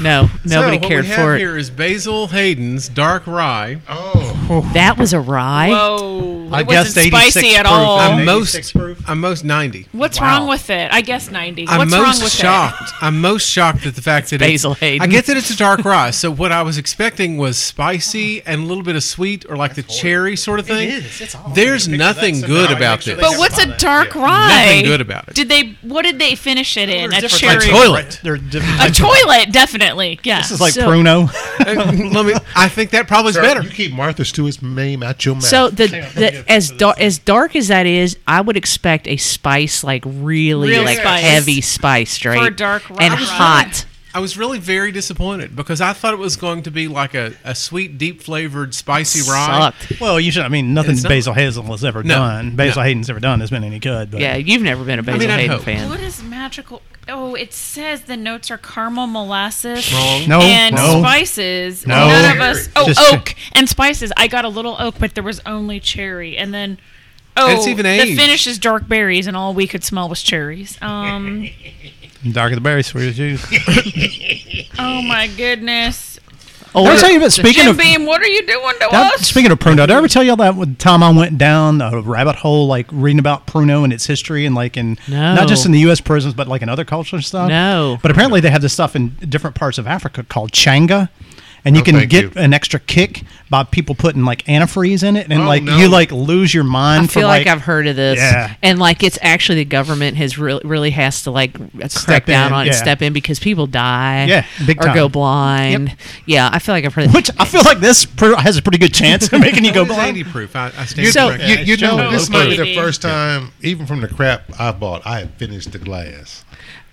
no, nobody so what cared we have for it. Here is Basil Hayden's dark rye. Oh, That was a rye. Whoa. I it wasn't guessed 86 spicy at proof. all. I'm I'm most 86 proof. I'm most 90. What's Wow. wrong with it? I guess 90. I'm What's most wrong with shocked. I'm most shocked at the fact that Basil it's, Hayden. I get that it's a dark rye. So what I was expecting was spicy and a little bit of sweet or like the cherry sort of thing. is. It's all- There's Picture that nothing somehow. good Make about sure this. they it? But Never what's mind a that. dark Yeah. rye? Nothing good about it. Did they? What did they finish it in? A There's different cherry. types A of toilet. bread. There are different A types of bread. toilet, definitely. Yeah. This is like So- Pruno. Uh, Let me. I think that probably is Sir, better. You keep Martha Stewart's name out your mouth. So the, the as dark as dark as that is, I would expect a spice like really Real like spice. heavy spice, right? dark and rye. hot. I was really very disappointed because I thought it was going to be like a, a sweet, deep flavored, spicy rye. Sucked. well, you should. I mean, nothing It's not- Basil Hazel has ever No. done. Basil No. Hayden's ever done has been any good. But Yeah, you've never been a Basil mean, I'd Hayden hope. fan. What is magical? Oh, it says the notes are caramel, molasses, Wrong. No, and no. spices. No. None of us. Oh, Just- oak and spices. I got a little oak, but there was only cherry, and then. Oh, It's even the aged. finish is dark berries, and all we could smell was cherries. Um, darker the berry, sweeter the juice. oh my goodness, Did I tell Oh, you about speaking Jim of Beam, what are you doing to that- us? speaking of Pruno? Did I ever tell y'all that one time I went down a rabbit hole, like reading about Pruno and its history, and like in No. not just in the U.S. prisons, but like in other cultures and stuff. No. but apparently they have this stuff in different parts of Africa called changa. And you No, can Oh, thank get you. an extra kick by people putting like antifreeze in it, and Oh, like no. you like lose your mind. I for feel like, I've heard of this, Yeah. and like it's actually the government has really really has to like crack Step down in, on it and yeah. step in because people die, Yeah, big or time. go blind. Yeah, I feel like I've heard. Which I feel like this pr- has a pretty good chance of making you go What is blind. 80 proof? I, I stand You, So- corrected. you, you Yeah, know, sure. this might be the Okay. first time, even from the crap I bought, I had finished the glass.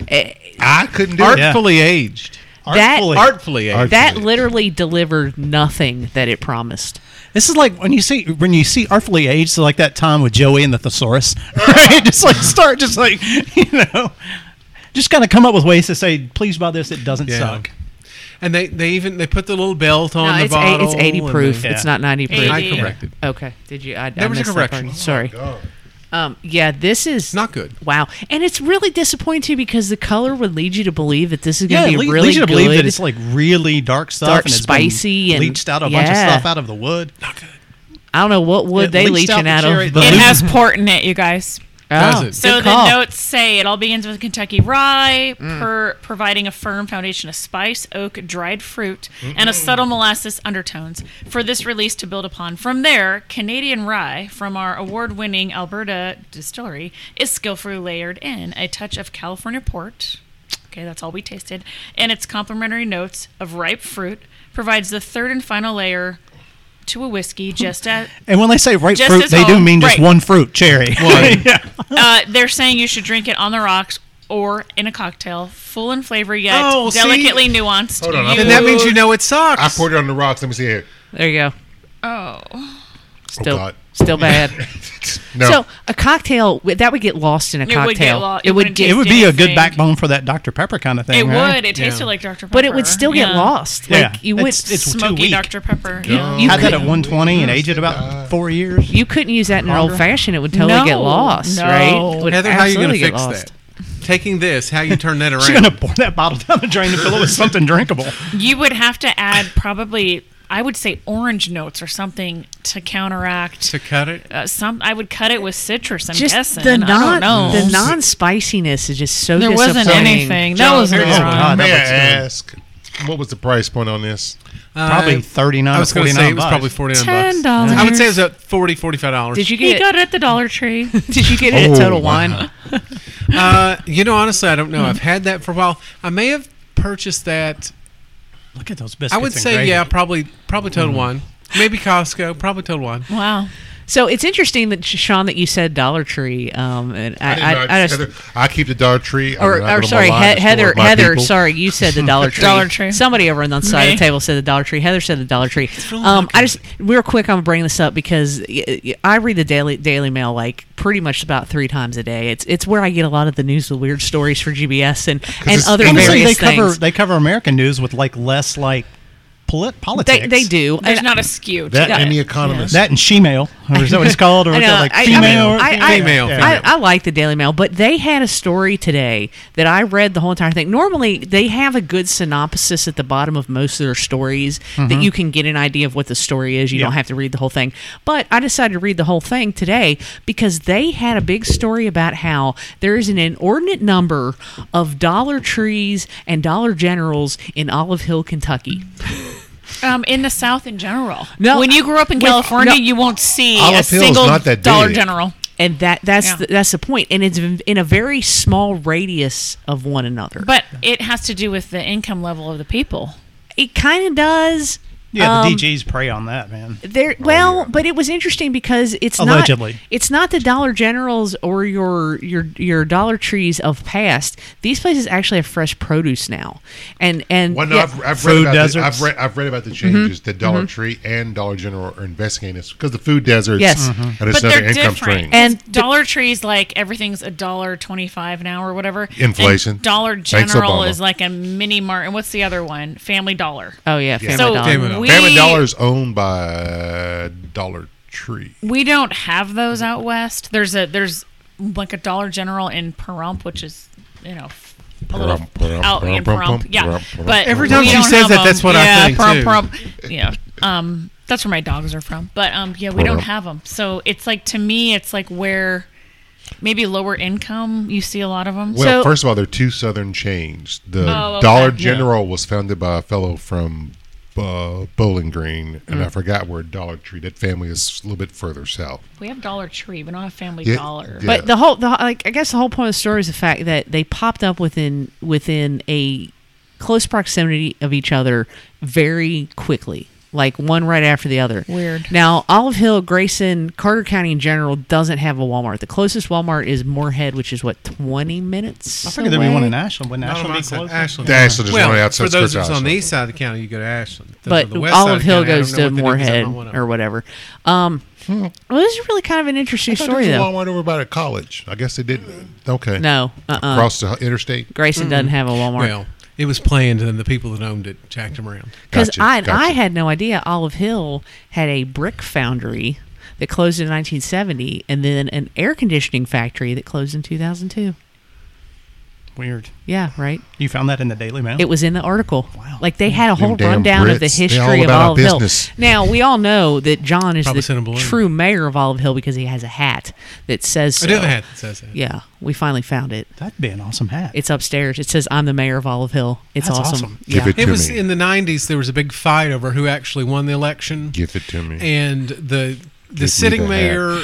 Eh, I couldn't do it. Artfully aged. That- Artfully. Artfully aged. that Absolutely. literally delivered nothing that it promised. This is like when you see when you see artfully aged, so like that time with Joey and the thesaurus, right? just like start, just like you know, just kind of come up with ways to say, please buy this. It doesn't Yeah. suck. And they, they even they put the little belt on No, the it's, eight, bottle. it's 80 and proof. they- Yeah. It's not 90 proof. I 80. corrected. Okay. Did you? I, I There was a missed that Oh correction. part. Sorry. God. Um, yeah, this is Not good. Wow, and it's really disappointing too because the color would lead you to believe that this is Yeah, going to it be lea- really leads you to good. believe that it's like really dark stuff, Dark, and it's spicy, been and- bleached out a bunch of yeah. stuff out of the wood. I don't know what wood It they leached out leeching the out, cherry- of. But it has port in it, you guys. Does Oh, it? So good the call. Mm. notes say it all begins with Kentucky rye, per, providing a firm foundation of spice, oak, dried fruit, and a subtle molasses undertones for this release to build upon. From there, Canadian rye from our award-winning Alberta distillery is skillfully layered in a touch of California port. Okay, that's all we tasted, and its complementary notes of ripe fruit provides the third and final layer to a whiskey, just as And when they say ripe Just fruit, as they do home. mean just Right. one fruit, cherry. yeah. Uh, they're saying you should drink it on the rocks or in a cocktail, full in flavor yet Oh, see? delicately nuanced. Hold on, I You- Then that means you know it sucks. I poured it on the rocks. Let me see here. There you go. oh, Still, God. still bad. No. So a cocktail w- that would get lost in a It cocktail. would get lo- it it would wouldn't get, It would be a good Anything. backbone for that Dr Pepper kind of thing. it right? would. It tasted Yeah. like Dr. Pepper, but it would still get Yeah. lost. Yeah. Like you would. It's- it's too Smoky weak. Dr. Pepper. Yeah. You Had that at could- 120 and aged it about four years. you couldn't use that in an old fashioned. It would totally get No. lost, No. right? It would Heather, how are you going to absolutely get lost. fix that? Taking this, how you turn that around? She's gonna pour that bottle down the drain and fill it with something drinkable. You would have to add probably, I would say, orange notes or something to counteract. to cut it. Uh, some I would cut it with citrus. I'm Just guessing. the I don't non know. the non spiciness is just so there wasn't disappointing. anything. That John, was here's- Oh, God, May I that looks good. ask, what was the price point on this? Probably Uh, 39 I or was going to say it 49 was bucks. probably 49 ten bucks. dollars. I would say it was at 40 dollars. Did you he get? got it at the Dollar Tree. Did you get it Oh, at Total wow. Wine? Uh, you know, honestly, I don't Hmm. know. I've had that for a while. I may have purchased that. Look at those biscuits. I would and say, gravy. yeah, probably, probably Total One, maybe Costco, probably Total One. wow. So it's interesting that Sean that you said Dollar Tree. Um, and I, I, I, just, Heather, I keep the Dollar Tree. I'm or, not or gonna sorry, lie, he- it's more Heather, of my Heather, people. sorry, you said the Dollar Tree. Dollar Tree. Somebody over on the side Me. of the table said the Dollar Tree. Heather said the Dollar Tree. Um, I just real quick, I'm bringing this up because y- y- I read the Daily Daily Mail like pretty much about three times a day. It's it's where I get a lot of the news, the weird stories for GBS and and it's- other Honestly, various Honestly, they things. cover they cover American news with like less like poli- politics. They, they do. There's And not a skew. to That Yeah. and the economist. That and shemale, or is that what it's called? Or I is that know. like I- I female? mean, I- I- Female, Yeah. I, I like the Daily Mail, but they had a story today that I read the whole entire thing. Normally, they have a good synopsis at the bottom of most of their stories that you can get an idea of what the story is. You Mm-hmm. Yeah. don't have to read the whole thing. But I decided to read the whole thing today because they had a big story about how there is an inordinate number of Dollar Trees and Dollar Generals in Olive Hill, Kentucky. Um, in the South in general. No, when you grew up in with- California, no. you won't see a Olive Hill's single not that Dollar big. General. And that that's Yeah. the, that's the point. And it's in a very small radius of one another. But it has to do with the income level of the people. it kind of does. yeah, the Um, DJs prey on that, man. There, well, but it was interesting because it's Allegedly. not it's not the Dollar Generals or your your your Dollar Trees of past. These places actually have fresh produce now, and and Well, no, yeah, I've, I've Food read about the, deserts. I've read I've read about the Mm-hmm. changes that Dollar Tree and Dollar General are investigating this because the food deserts Yes. and it's But another they're income different. stream. And And Dollar Tree's like everything's a dollar twenty-five now or whatever. Inflation. And Dollar Thanks, General Obama. is like a mini mart. And what's the other one? Family Dollar. oh yeah, Family so Dollar. Family Dollar. we Family Dollar is owned by Dollar Tree. we don't have those out west. There's a there's like a Dollar General in Pahrump, which is you know. A little Pahrump, Pahrump, out in Pahrump, Pahrump, Pahrump, yeah. Pahrump, But Every time we she don't says have that, that's them. what I yeah, think, Pahrump, too. Pahrump. Yeah, um, that's where my dogs are from. But um, yeah, we don't Pahrump. have them. So it's like to me, it's like where maybe lower income you see a lot of them. So- Well, first of all, they're two southern chains. The Oh, okay. Dollar General was founded by a fellow from uh, Bowling Green, and I forgot where Dollar Tree. That family is a little bit further south. We have Dollar Tree. We don't have Family Yeah, Dollar. yeah. But the whole, the, like I guess the whole point of the story is the fact that they popped up within within a close proximity of each other very quickly, like one right after the other. Weird. Now Olive Hill, Grayson, Carter County in general doesn't have a Walmart. The closest Walmart is Moorhead, which is what twenty minutes. I figured there'd be one in Ashland, but Ashland be closer. Ashland. Yeah, Ashland is well, one of the outside for those skirts of of us on the Ashland. east side of the county, you go to Ashland. Those but on uh, the west side Olive of Hill the county, I goes don't know to what they do 'cause I Moorhead don't Hmm. want to- or whatever. Um, Well, this is really kind of an interesting story There's a though. Walmart over by the college. I guess they didn't. Okay. No, uh-uh. Across the interstate. Grayson Hmm. doesn't have a Walmart. Well, it was planned, and the people that owned it jacked them around. Because Gotcha, I gotcha. I had no idea Olive Hill had a brick foundry that closed in 1970, and then an air conditioning factory that closed in 2002. Weird. Yeah, right. Oh. You found that in the Daily Mail. It was in the article. Wow. Like they had a whole damn rundown of the Brits. They're history all of about our Olive Hill. business. Now we all know that John is Probably sent a the balloon. true mayor of Olive Hill because he has a hat that says. I do so. have a hat that says that. Yeah, we finally found it. That'd be an awesome hat. It's upstairs. It says, "I'm the mayor of Olive Hill." It's That's awesome. awesome. Yeah. Give it It to was me. in the '90s. There was a big fight over who actually won the election. Give it to me. and the the me the sitting hat. mayor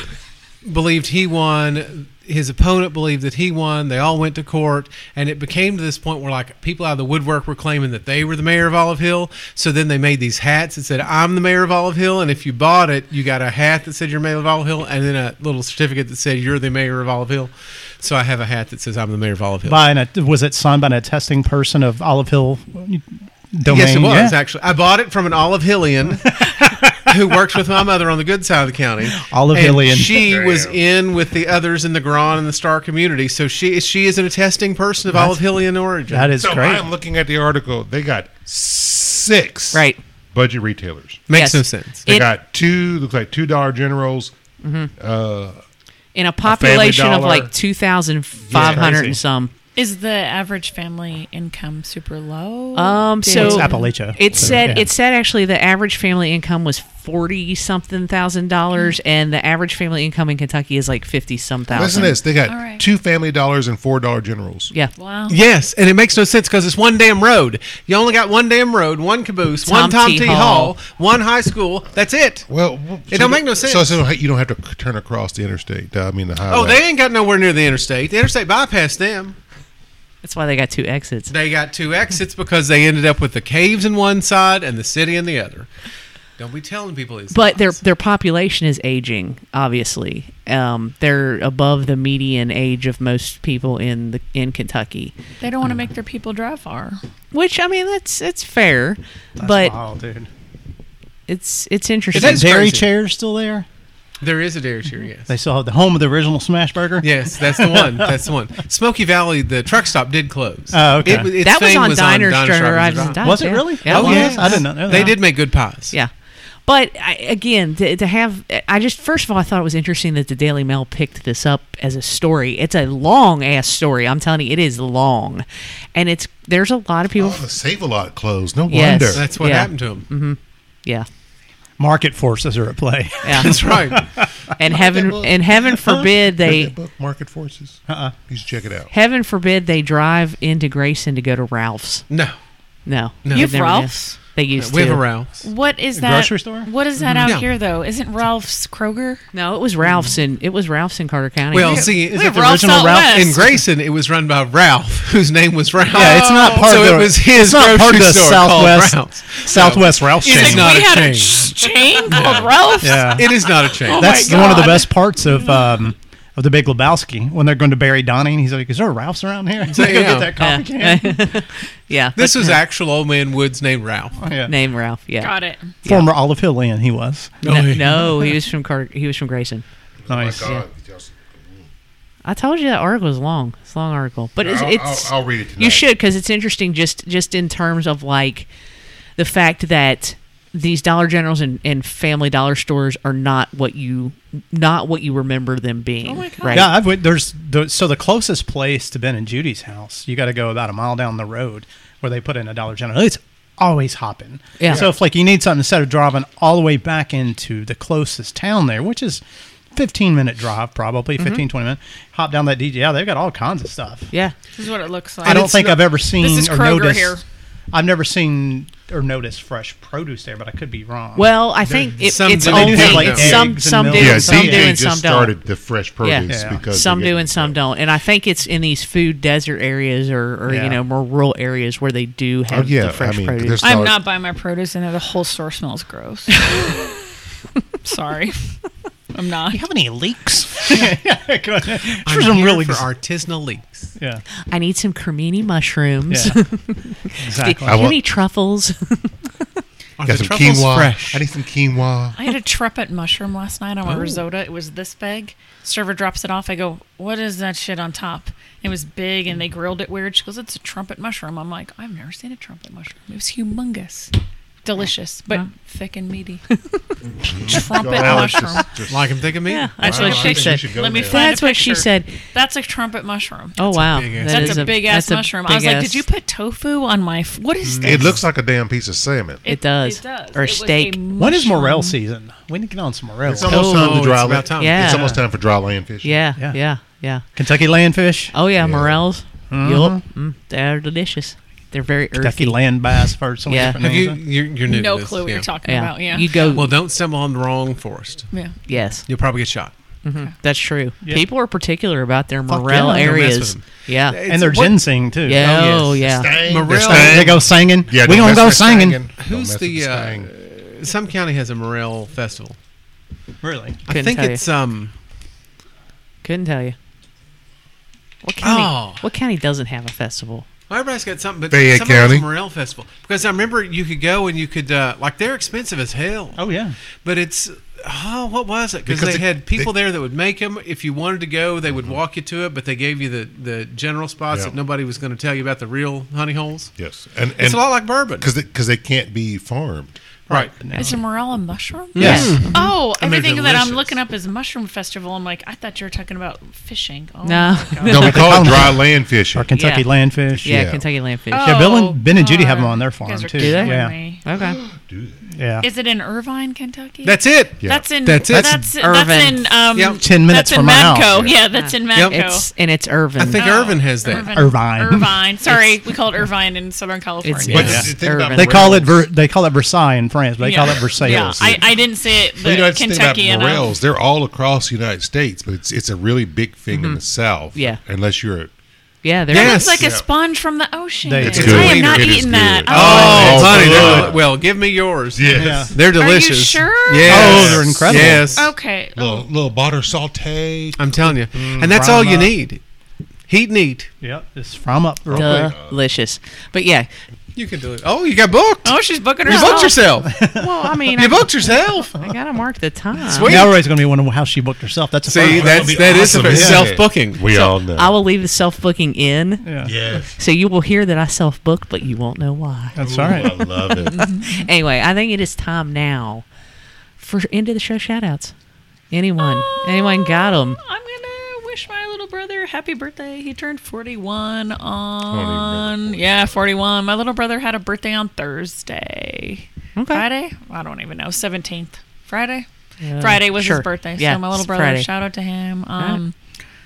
believed he won. His opponent believed that he won. They all went to court, and it became to this point where like people out of the woodwork were claiming that they were the mayor of Olive Hill. So then they made these hats that said "I'm the mayor of Olive Hill," and if you bought it, you got a hat that said you're mayor of Olive Hill, and then a little certificate that said you're the mayor of Olive Hill. So I have a hat that says I'm the mayor of Olive Hill. by an, was it signed by an attesting person of Olive Hill domain? Yes, it was Yeah. actually. I bought it from an Olive Hillian who worked with my mother on the good side of the county. Olive And Hillian. She was in with the others in the Grand and the Star community, so she she is an attesting person of Olive Hillian origin. That is so great. I'm looking at the article. They got six Right. budget retailers. Yes. makes no sense. They It- got two. Looks like two Dollar Generals. Uh, in a population of dollar. like 2,500 and some. Is the average family income super low? Uh, Um, Did- so It's Appalachia. It So, said yeah. it said actually the average family income was forty something thousand dollars, and the average family income in Kentucky is like fifty some thousand. listen to this. They got All right. two Family Dollars and four Dollar Generals. Yeah, wow. Yes, and it makes no sense because it's one damn road. You only got one damn road, one caboose, one Tom Tom T. T. Hall. Hall, one high school. That's it. Well, It don't make no So, sense. so you don't have to c- turn across the interstate. uh, I mean the highway. Oh, they ain't got nowhere near the interstate. The interstate bypassed them. that's why they got two exits. They got two exits because they ended up with the caves in one side and the city in the other. Don't be telling people these. But their lies. their population is aging. Obviously, um, they're above the median age of most people in the in Kentucky. They don't want to make their people drive far. Which I mean, that's it's fair, but Wow, dude. it's it's Is interesting. that that dairy crazy. chair still there? There is a Dairy Cheer, yes. They still have the home of the original smash burger. Yes, that's the one. That's the one. Smoky Valley, the truck stop did close. Oh, okay. It, its that was fame on Diners, Diners, Drive-Ins, Drive-Ins, and Drive-Ins. Dives, Was it yeah. really? Yeah, it Oh, was. yes. I did not know They that. did make good pies. Yeah. But I, again, to, to have, I just, first of all, I thought it was interesting that the Daily Mail picked this up as a story. It's a long ass story. I'm telling you, it is long. And it's, there's a lot of people. Oh, the Save a Lot closed. No Yes. wonder. That's what Yeah. Mm-hmm. happened to them. Yeah. Market forces are at play. Yeah. That's right. And heaven, book. and heaven forbid Read they, that book, Market Forces. Uh-uh. You should check it out. heaven forbid they drive into Grayson to go to Ralph's. No. No. No. They've You've never done. Ralph's? They used We to. have a Ralph's. What is that? grocery store? What is that out Mm-hmm. No. here though? Isn't Ralph's Kroger? No, it was Ralph's in, it was Ralph's in Carter County. Well, see, Is is it it the Ralph's original out Ralph? west. in Grayson, it was run by Ralph, whose name was Ralph. Yeah, it's not part so of the. it was it's his not grocery part of the store Southwest called Ralph's. Southwest Ralph It's chain. not we a had a change. ch- chain called Ralph's. yeah, It is not a change. that's one of the best parts of um, of the Big Lebowski when they're going to bury Donnie and he's like, "Is there a Ralph's around here?" He's like, "Go Yeah. get that coffee can." yeah. This was actual old man Woods named Ralph. Yeah. Name Ralph. Yeah. Oh Got it. Former Olive Hill Inn, he was. No, no, he was from Car- he was from Grayson. Nice. Oh my God. Just- I told you that article is long. It's a long article, but it's, I'll, it's I'll, I'll read it tonight. you should because it's interesting. Just just in terms of like the fact that these Dollar Generals and, and Family Dollar stores are not what you not what you remember them being. Oh my God. Right? Yeah, I've went, there's the, so the closest place to Ben and Judy's house, you got to go about a mile down the road where they put in a Dollar General. It's always hopping. Yeah. So if like you need something instead of driving all the way back into the closest town there, which is 15 minute drive probably, 15 20 minute, hop down that DJ. Yeah, they've got all kinds of stuff. Yeah. This is what it looks like. I don't think I've ever seen This is or Kroger noticed. here. I've never seen or noticed fresh produce there, but I could be wrong. Well, I think it, some it's do. They do only have, like, some eggs and some do, milk. and Yeah, some DJ do, and just some don't. started the fresh produce Yeah. because some they do get- and some don't and i think it's in these food desert areas or, or Yeah. you know more rural areas where they do Oh have yeah, the fresh I mean, produce there's I'm no- not buying my produce in there. The whole store smells gross. Sorry. I'm not. you have any leaks? yeah, go ahead. for some really for artisanal leaks. yeah, i need some cremini mushrooms yeah, exactly. I Do you want- need truffles Are Got the some truffles quinoa. fresh? I need some quinoa. I had a trumpet mushroom last night on Oh. my risotto. It was this big. Server drops it off. I go, "What is that shit on top?" It was big, and they grilled it weird. She goes, "It's a trumpet mushroom." I'm like, "I've never seen a trumpet mushroom. It was humongous, delicious, but thick and meaty." trumpet Alex mushroom. just- just- Like I'm thinking me. Yeah, that's Wow, what I she think we said should go Let me there. find that's a what she picture. said That's a trumpet mushroom. oh wow big-ass- That That's is a big ass that's a mushroom. I was like, big-ass- "Did you put tofu on my? F- what Mm. is this?" It looks like a damn piece of salmon. it does It does. or It was a steak When is mushroom. morel season? We need to get on some morel. It's almost Oh, time to it's dry about land. time. Yeah. It's almost time for dry land fishing. yeah, Yeah. yeah yeah Kentucky landfish, oh yeah, morels yup mm, they're delicious they're very Kentucky earthy land bass. For so many Yeah. different Have you? names. You're, you're new. No to this, clue what yeah. you're talking yeah. about. Yeah. you go Well, don't stumble on the wrong forest. yeah. yes You'll probably get shot. that's true people are particular about their Fuck morel yeah, don't mess areas with 'em. yeah and they're It's- what- ginseng too. yeah yes. oh yeah Stang. Morel- They're They- stang. They go singing. Yeah, we don't gonna mess go with singing. Don't Who's mess the? with Uh, some county has a morel festival. Really? I Couldn't think tell you. it's um. Couldn't tell you. What county? Oh. What county doesn't have a festival? Well, everybody's got something, but Fayette some County. County. has a morel festival because I remember you could go and you could uh, like they're expensive as hell. Oh yeah. But it's oh, what was it? Because Because they it- had people they- there that would make them. If you wanted to go, they would walk you to it, but they gave you the the general spots Yeah. that nobody was going to tell you about the real honey holes. Yes, and it's a lot and like bourbon, because because they can't be farmed. right? It's a morel a mushroom? Yes. Mm-hmm. Oh, And they're everything that I'm delicious. looking up is mushroom festival. I'm like, I thought you were talking about fishing. Oh, No. my God. No, we call call it them- dry land fishing. Or Kentucky Yeah. landfish. Yeah, Yeah. Kentucky Landfish. Oh, Yeah, Bill and Ben and Judy have God. them on their You guys farm, are too. Do they? killing Yeah. me. Okay. Yeah. Is it in Irvine, Kentucky? That's it. Yeah. That's in That's that's it. that's, Irvine. in um Yep. 10 minutes that's in from my house. Madco. Yeah, that's in Madco. It's and it's Irvin. I think Oh, Irvin has that. Irvine. Irvine. Sorry, we call it Irvine in Southern California. it's But yes, the thing about Irvin. they call it Ver- they call it Versailles in France, but they call it Versailles. Yeah, I, I didn't say it. The Well, you know, that's the thing about Kentucky and um, I- morels. They're all across the United States, but it's it's a really big thing in the South. Yeah. unless you're. A, yeah, there That Yes. looks like Yeah. a sponge from the ocean. They- It's I good. am not It is eating good. that. Oh, Oh, honey, they're good. deli- well, give me yours. yes, They're Are you delicious. sure? Yes. Oh, they're incredible. Yes. Okay. little little butter saute. I'm telling you, and that's fry all 'em you up. need. Heat and eat. Yep, it's from up real quick. delicious. But yeah, You can do it. Oh, you got booked. Oh, she's booking you booked herself. yourself. Well, I mean, you I, booked yourself. I gotta mark the time. Sweet. Now everybody's going to be wondering how she booked herself. That's a first. See, that's That'd be that is awesome, isn't it? self booking. We all know. I will leave the self booking in, yeah. yes. so you will hear that I self booked, but you won't know why. That's Ooh, all right. Oh, I love it. Anyway, I think it is time now for end of the show shout outs. Anyone, anyone got them? I'm gonna wish my little brother happy birthday. He turned 41 I on yeah 41. My little brother had a birthday on Thursday, Okay. Friday. I don't even know 17th Friday. Yeah. Friday was Uh, Sure. his birthday, Yeah, so my little it's brother. Friday. Shout out to him. Um,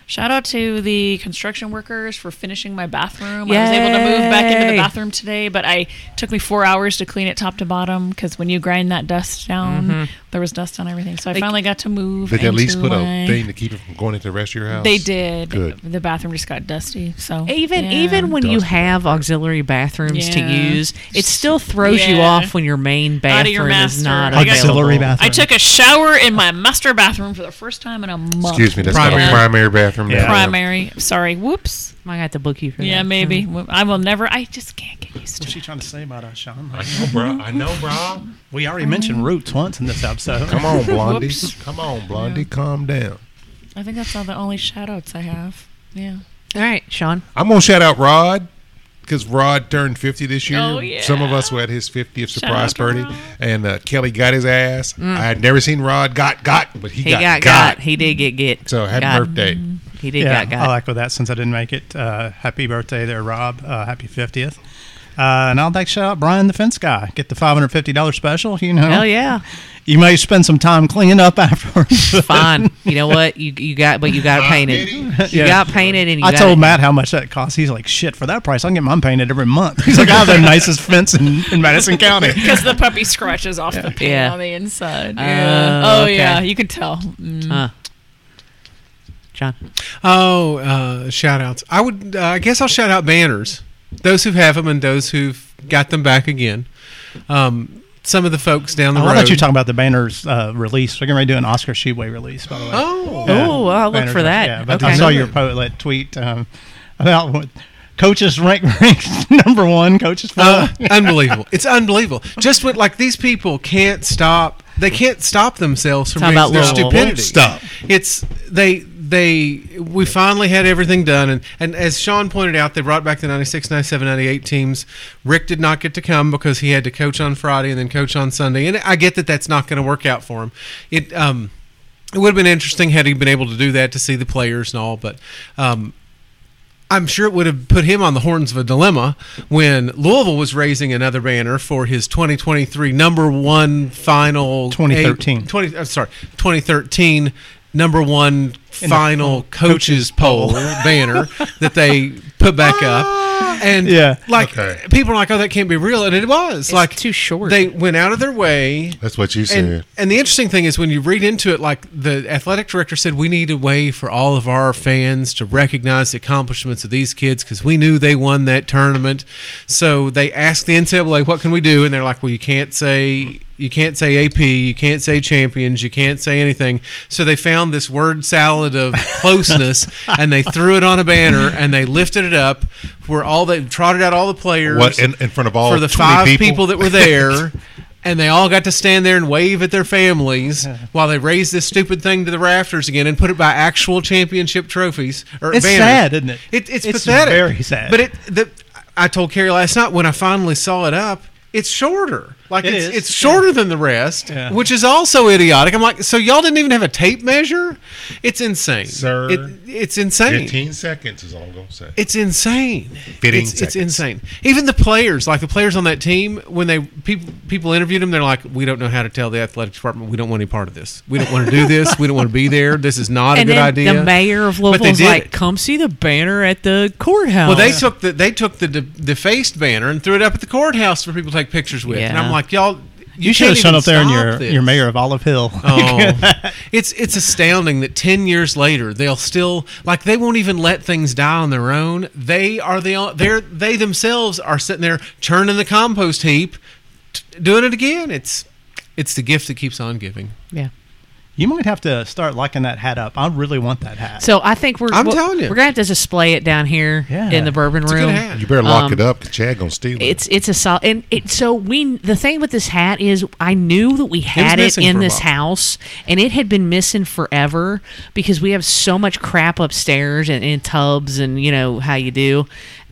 Shout out to the construction workers for finishing my bathroom. I was able to move back into the Yay. bathroom today, but I took me four hours to clean it top to bottom because when you grind that dust down, there was dust on everything. So I Mm-hmm. Like- finally got to move. Did they at least into put my- a thing to keep it from going into the rest of your house? they did. Good. The bathroom just got dusty. So Even yeah. even when you Dust. have auxiliary bathrooms to Yeah. use, it still throws you Yeah. off when your main Out of your bathroom master. is not I got- available. Auxiliary bathroom. I took a shower in my master bathroom for the first time in a month. Excuse me. That's primary, Primary. primary bathroom. Yeah. now. Primary. Sorry. Whoops. I got to book you for that. Yeah, maybe. Hmm. Well, I will never. I just can't get used to What's it. she trying to say about us, Sean? I know, bro. I know, bro. We already mentioned roots once in this episode. Come on, Blondie. Come on, Blondie. Calm down. I think that's all the only shout outs I have. Yeah. All right, Sean. I'm gonna shout out Rod because Rod turned 50 this year. Oh, yeah. Some of us were at his 50th out surprise to party, Rod. and uh, Kelly got his ass. I had never seen Rod got got, but he, Mm. He got, got, got got He did get get. So happy got. Mm-hmm. birthday. He did yeah, got I'll got. echo that since I didn't make it. Uh, happy birthday there, Rob. Uh, happy 50th. Uh, and I'll like shout out Brian the Fence Guy. Get the $550 special. You know, Oh, Hell yeah. you may spend some time cleaning up afterwards. Fine. You know what? You you got but you got it painted. You Yeah. got painted and you I got it. told Matt how much that costs. He's like, shit, for that price, I can get mine painted every month. He's like, I have the nicest fence in, in Madison County. Because the puppy scratches off the paint Yeah. on the inside. Yeah. Yeah. Oh, oh, okay. yeah. You could tell. Mm. Huh. John. Oh, uh, shout outs. I would, uh, I guess I'll shout out banners. Those who have them and those who've got them back again. Um, some of the folks down the Oh, road. I thought you were talking about the banners uh, release. We're going to do an Oscar Sheeway release, by the way. Oh, Yeah. Oh, I'll look Banners for are- that. Yeah, but I Okay. saw your po- like, tweet um, about what coaches rank ranked number one, coaches four. Uh, unbelievable! It's unbelievable. Just what like these people can't stop. They can't stop themselves from Talk being about their Louisville. stupidity. Stop. It's they they we finally had everything done and and as Sean pointed out they brought back the 96 97 98 teams. Rick did not get to come because he had to coach on Friday and then coach on Sunday. And I get that that's not going to work out for him. It um it would have been interesting had he been able to do that to see the players and all, but um I'm sure it would have put him on the horns of a dilemma when Louisville was raising another banner for his 2023 number one final 2013. eight- 20 I'm sorry 2013 number one the final coaches poll banner that they put back up and Yeah. like Okay. people are like oh that can't be real and it was like too short. they went out of their way That's what you said. and, and the interesting thing is when you read into it, like the athletic director said, we need a way for all of our fans to recognize the accomplishments of these kids because we knew they won that tournament. So they asked the NCAA, what can we do? And they're like, well, you can't say you can't say AP, you can't say champions, you can't say anything. So they found this word salad of closeness and they threw it on a banner and they lifted it up where all they trotted out all the players What, in- in front of all for the 20 five people? people that were there and they all got to stand there and wave at their families while they raised this stupid thing to the rafters again and put it by actual championship trophies or It's banners. sad, isn't it? it it's, It's pathetic very sad. but it the, i told carrie last night when i finally saw it up it's shorter like It it's, is, it's yeah. shorter than the rest Yeah. which is also idiotic i'm like so y'all didn't even have a tape measure it's insane Sir, it, it's insane 15 seconds is all I'm gonna say. it's insane. 15 It's, it's seconds. insane. Even the players, like the players on that team, when they people people interviewed them, they're like, "We don't know how to tell the athletic department. We don't want any part of this. We don't want to do this. We don't want to be there. This is not and a good then idea." the mayor of But they Louisville's did like, "Oh." it. "Come see the banner at the courthouse." Well, they took the they took the de- defaced banner and threw it up at the courthouse for people to take pictures with. And Yeah. I'm like, y'all, you, you should have can't shown even up there in stop your, this. your mayor of Olive Hill. Oh, it's it's astounding that ten years later they'll still like they won't even let things die on their own. They are the they're they themselves are sitting there churning the compost heap, t- doing it again. It's it's the gift that keeps on giving. yeah. You might have to start locking that hat up. I really want that hat. So I think we're. I'm we're- telling you. we're gonna have to display it down here Yeah. in the bourbon a good room. hat. You better lock Um, it up. 'cause Chad gonna steal it. It's it's a solid and it so we the thing with this hat is I knew that we had it, missing in for a this while. house and it had been missing forever because we have so much crap upstairs and in tubs and you know how you do.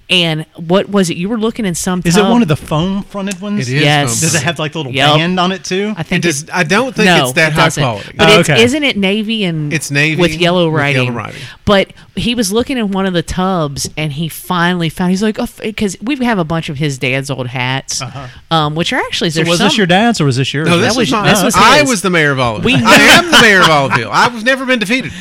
And what was it? You were looking in some. is it tub- one of the foam fronted ones? It is Yes. foam. Does it have like the little Yep. band on it too? I think It does- it's- I don't think no, it's that it high doesn't. Uh, quality. But Oh, it's, okay. isn't it navy and It's navy with yellow with writing? yellow writing. But he was looking in one of the tubs and he finally found. He's like, because we have a bunch of his dad's old hats, Uh-huh. um, which are actually so there's was this some- your dad's or was this yours? No, this That was- was, mine. this was I his. was the mayor of Oliveville. We- I am the mayor of Oliveville. I've never been defeated.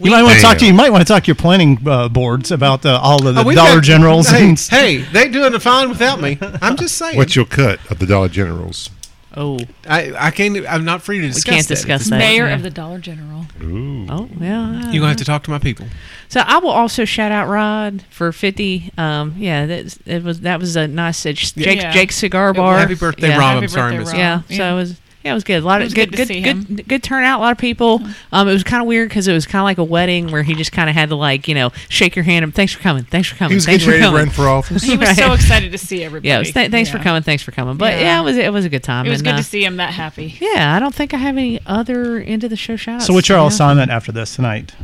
you might want to talk Damn. to you might want to talk to your planning uh, boards about uh, all of the Oh, we've Dollar got- Generals. Hey, and stuff. hey, they doing a fine without me. I'm just saying. What's your cut of the Dollar Generals? Oh, I, I can't. I'm not free to we discuss. can't that. discuss that. Mayor yeah. of the Dollar General. Ooh. Oh yeah. You're gonna have to talk to my people. So I will also shout out Rod for fifty. Um, yeah, that it was that was a nice uh, Jake Yeah. Jake's cigar bar. Happy birthday, yeah. Rob. Happy I'm sorry, birthday, Miss. Rob. Yeah, so Um, Yeah. it was yeah it was good. A lot It of was good good good to see good, him. Mm-hmm. good turnout. A lot of people. Um, it was kind of weird because it was kind of like a wedding where he just kind of had to like you know shake your hand and thanks for coming, thanks for coming, He was thanks getting for ready to coming. run for office. He was Right. so excited to see everybody. yeah, it was, th- thanks for Yeah. coming, thanks for coming. But yeah, Yeah. it was it was a good time. It was and, good uh, to see him that happy. Yeah, I don't think I have any other end of the show shout outs. So what's your all assignment after this tonight?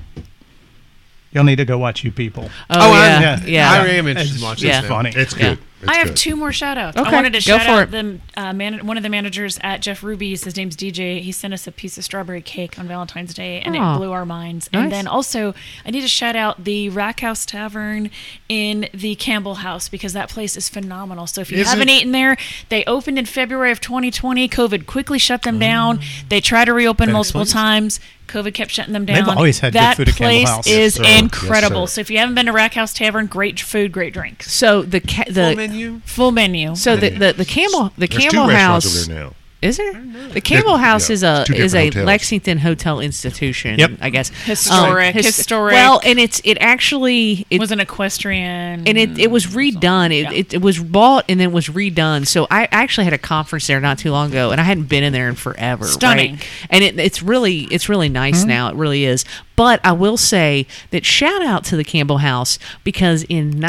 You'll need to go watch you people. Oh, I, yeah, yeah. yeah. I am interested in It's watching Yeah. this. now. funny. It's Yeah. good. It's I have good. two more shout outs. Okay, I wanted to go shout for out it. the, uh, man, one of the managers at Jeff Ruby's. His name's DJ. He sent us a piece of strawberry cake on Valentine's Day and Aw. it blew our minds. Nice. And then also, I need to shout out the Rack House Tavern in the Campbell House because that place is phenomenal. So if you Is haven't it? eaten there, they opened in February of 2020. COVID quickly shut them down. They tried to reopen That multiple explains it. times. COVID kept shutting them down. They've always had good that food at Campbell place House. is Yes, sir. Yes, incredible. sir. so if you haven't been to Rack House Tavern, great food, great drinks. So the ca- the Full menu. Full menu. So the, the the Camel the There's Camel two House restaurants over there now. is there the Camel There- House yeah, is a two is a different hotels. Lexington hotel institution. Yep. I guess Um, Historic, historic. Well, and it's it actually it was an equestrian. and it, it was redone. It, yeah. it, it was bought and then was redone. So I actually had a conference there not too long ago, and I hadn't been in there in forever. Stunning. right? And it, it's really it's really nice Hmm? now. It really is. But I will say that shout out to the Campbell House because in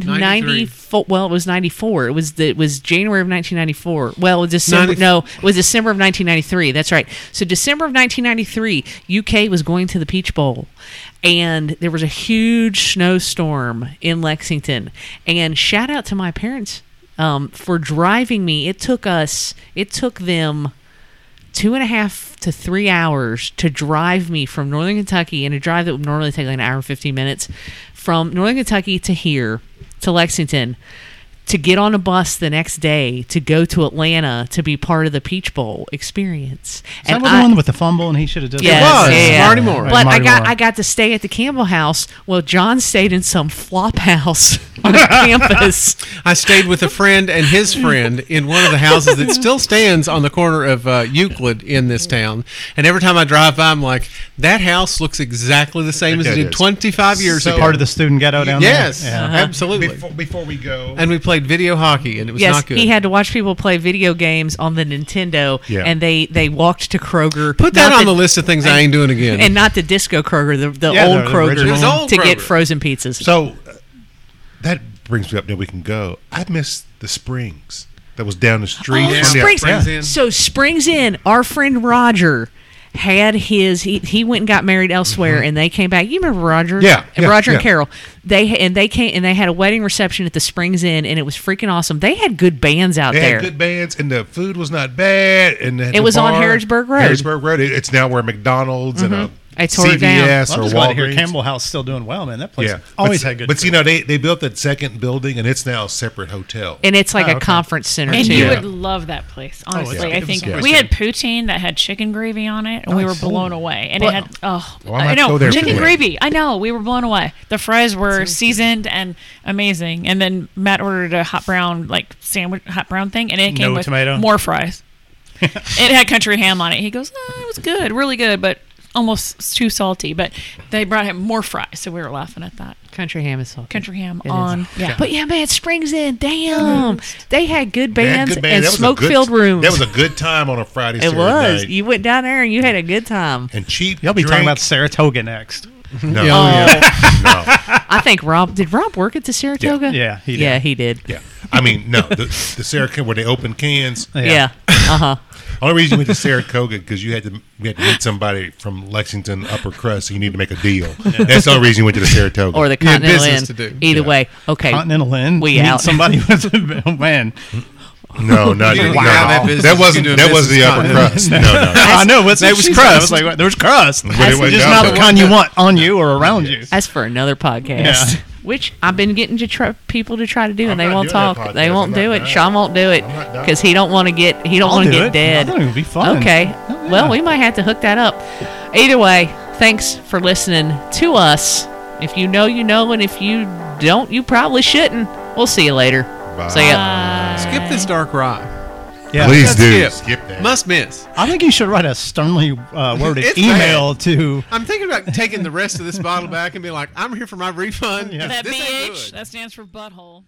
1994, well, it was 94. It was the, it was January of 1994. Well, December Ninety- no, it was December of 1993. That's right. So December of 1993, UK was going to the Peach Bowl, and there was a huge snowstorm in Lexington. And shout out to my parents um, for driving me. It took us. It took them two and a half to three hours to drive me from northern Kentucky in a drive that would normally take like an hour and 15 minutes from northern Kentucky to here to Lexington to get on a bus the next day to go to Atlanta to be part of the Peach Bowl experience. Is that And what I- the one with the fumble and he should have done Yes, was. yeah, yeah. Marty Moore. But I Marty got Moore. I got to stay at the Campbell house. Well, John stayed in some flop house on campus. I stayed with a friend and his friend in one of the houses that still stands on the corner of uh, Euclid in this town. And every time I drive by, I'm like, that house looks exactly the same as it Yeah, it did is. 25 years So- ago. part of the student ghetto down yes, there. Yeah. Uh-huh. absolutely. Before, before we go, and we played video hockey, and it was Yes, not good. he had to watch people play video games on the Nintendo, Yeah. and they they walked to Kroger. Put that not on the list of things I ain't doing again. and not the disco Kroger, the, the Yeah, old the Kroger, original. It was old to get Kroger. frozen pizzas. so uh, that brings me up that we can go. I miss the Springs that was down the street. Oh, from the- Springs. Springs Yeah. Inn. So Springs Inn, our friend Roger had his he, he went and got married elsewhere and they came back you remember roger Yeah, And yeah, roger and yeah. carol they and they came and they had a wedding reception at the springs inn and it was freaking awesome they had good bands out They there had good bands, and the food was not bad. And they had It the was on bar. Harrisburg Road. Harrisburg Road. It- it's now where McDonald's and uh, a I tore it down. CVS Well, I'm or just glad to hear Walgreens. Campbell House still doing well, man. That place yeah, always but, had good. But food. you know, they they built that second building, and it's now a separate hotel. and it's like Oh, a okay. conference center and too you Yeah. would love that place, it's honestly. good. I It was think good. we had poutine that had chicken gravy on it, and we were Nice. blown away. And But- it had oh, Well, I might I go know there chicken today. gravy. I know we were blown away. The fries were seasoned and amazing. And then Matt ordered a hot brown like sandwich, hot brown thing, and it came No with tomato? more fries. it had country ham on it. He goes, oh, it was "Ah, good, really good, but almost too salty, but they brought him more fries, so we were laughing at that. Country Ham is salty. Country ham It is. on. Yeah. But yeah, man, Springs Inn, damn. They had good bands That good band, and that was a good- smoke filled rooms. That was a good time on a Friday. it Saturday was. night. You went down there and you had a good time. and cheap. Y'all be talking about drink. Saratoga next. no, Yeah, oh, yeah. I think Rob did Rob work at the Saratoga? Yeah, he did. Yeah, he did. yeah. I mean, no, the, the Saratoga where they open cans. Yeah. Uh huh. Only reason you went to Saratoga because you had to you had to meet somebody from Lexington upper crust, so you need to make a deal. That's the only reason you went to the Saratoga. Or the You had Continental Inn. business to do. Either Yeah. way. Okay. Continental Inn. We meet out. Somebody with oh, man. no, no, you- no, Wow. no. Business that you wasn't do that was business the upper time. crust. No, no, I know. But it was she's crust. I was honest. like, there's crust. But it went just down not there. the kind you want on you or around you. That's for another podcast, Yeah. which I've been getting to tr- people to try to do, and I'm they not won't doing that talk. podcast. They won't I'm do not it. done. Sean won't do it I'm not done. because he don't want to get he don't I'll want to do get it. dead. I think it'd be fun. Oh, Okay. Yeah. Well, we might have to hook that up. Either way, thanks for listening to us. If you know, you know, and if you don't, you probably shouldn't. We'll see you later. Bye. See ya. Skip this dark ride. Yeah. Please do Skip. skip that. Must miss. I think you should write a sternly uh, worded It's email to. I'm thinking about taking the rest of this bottle back and being like, I'm here for my refund. Yeah. This That ain't good. BH, that stands for butthole.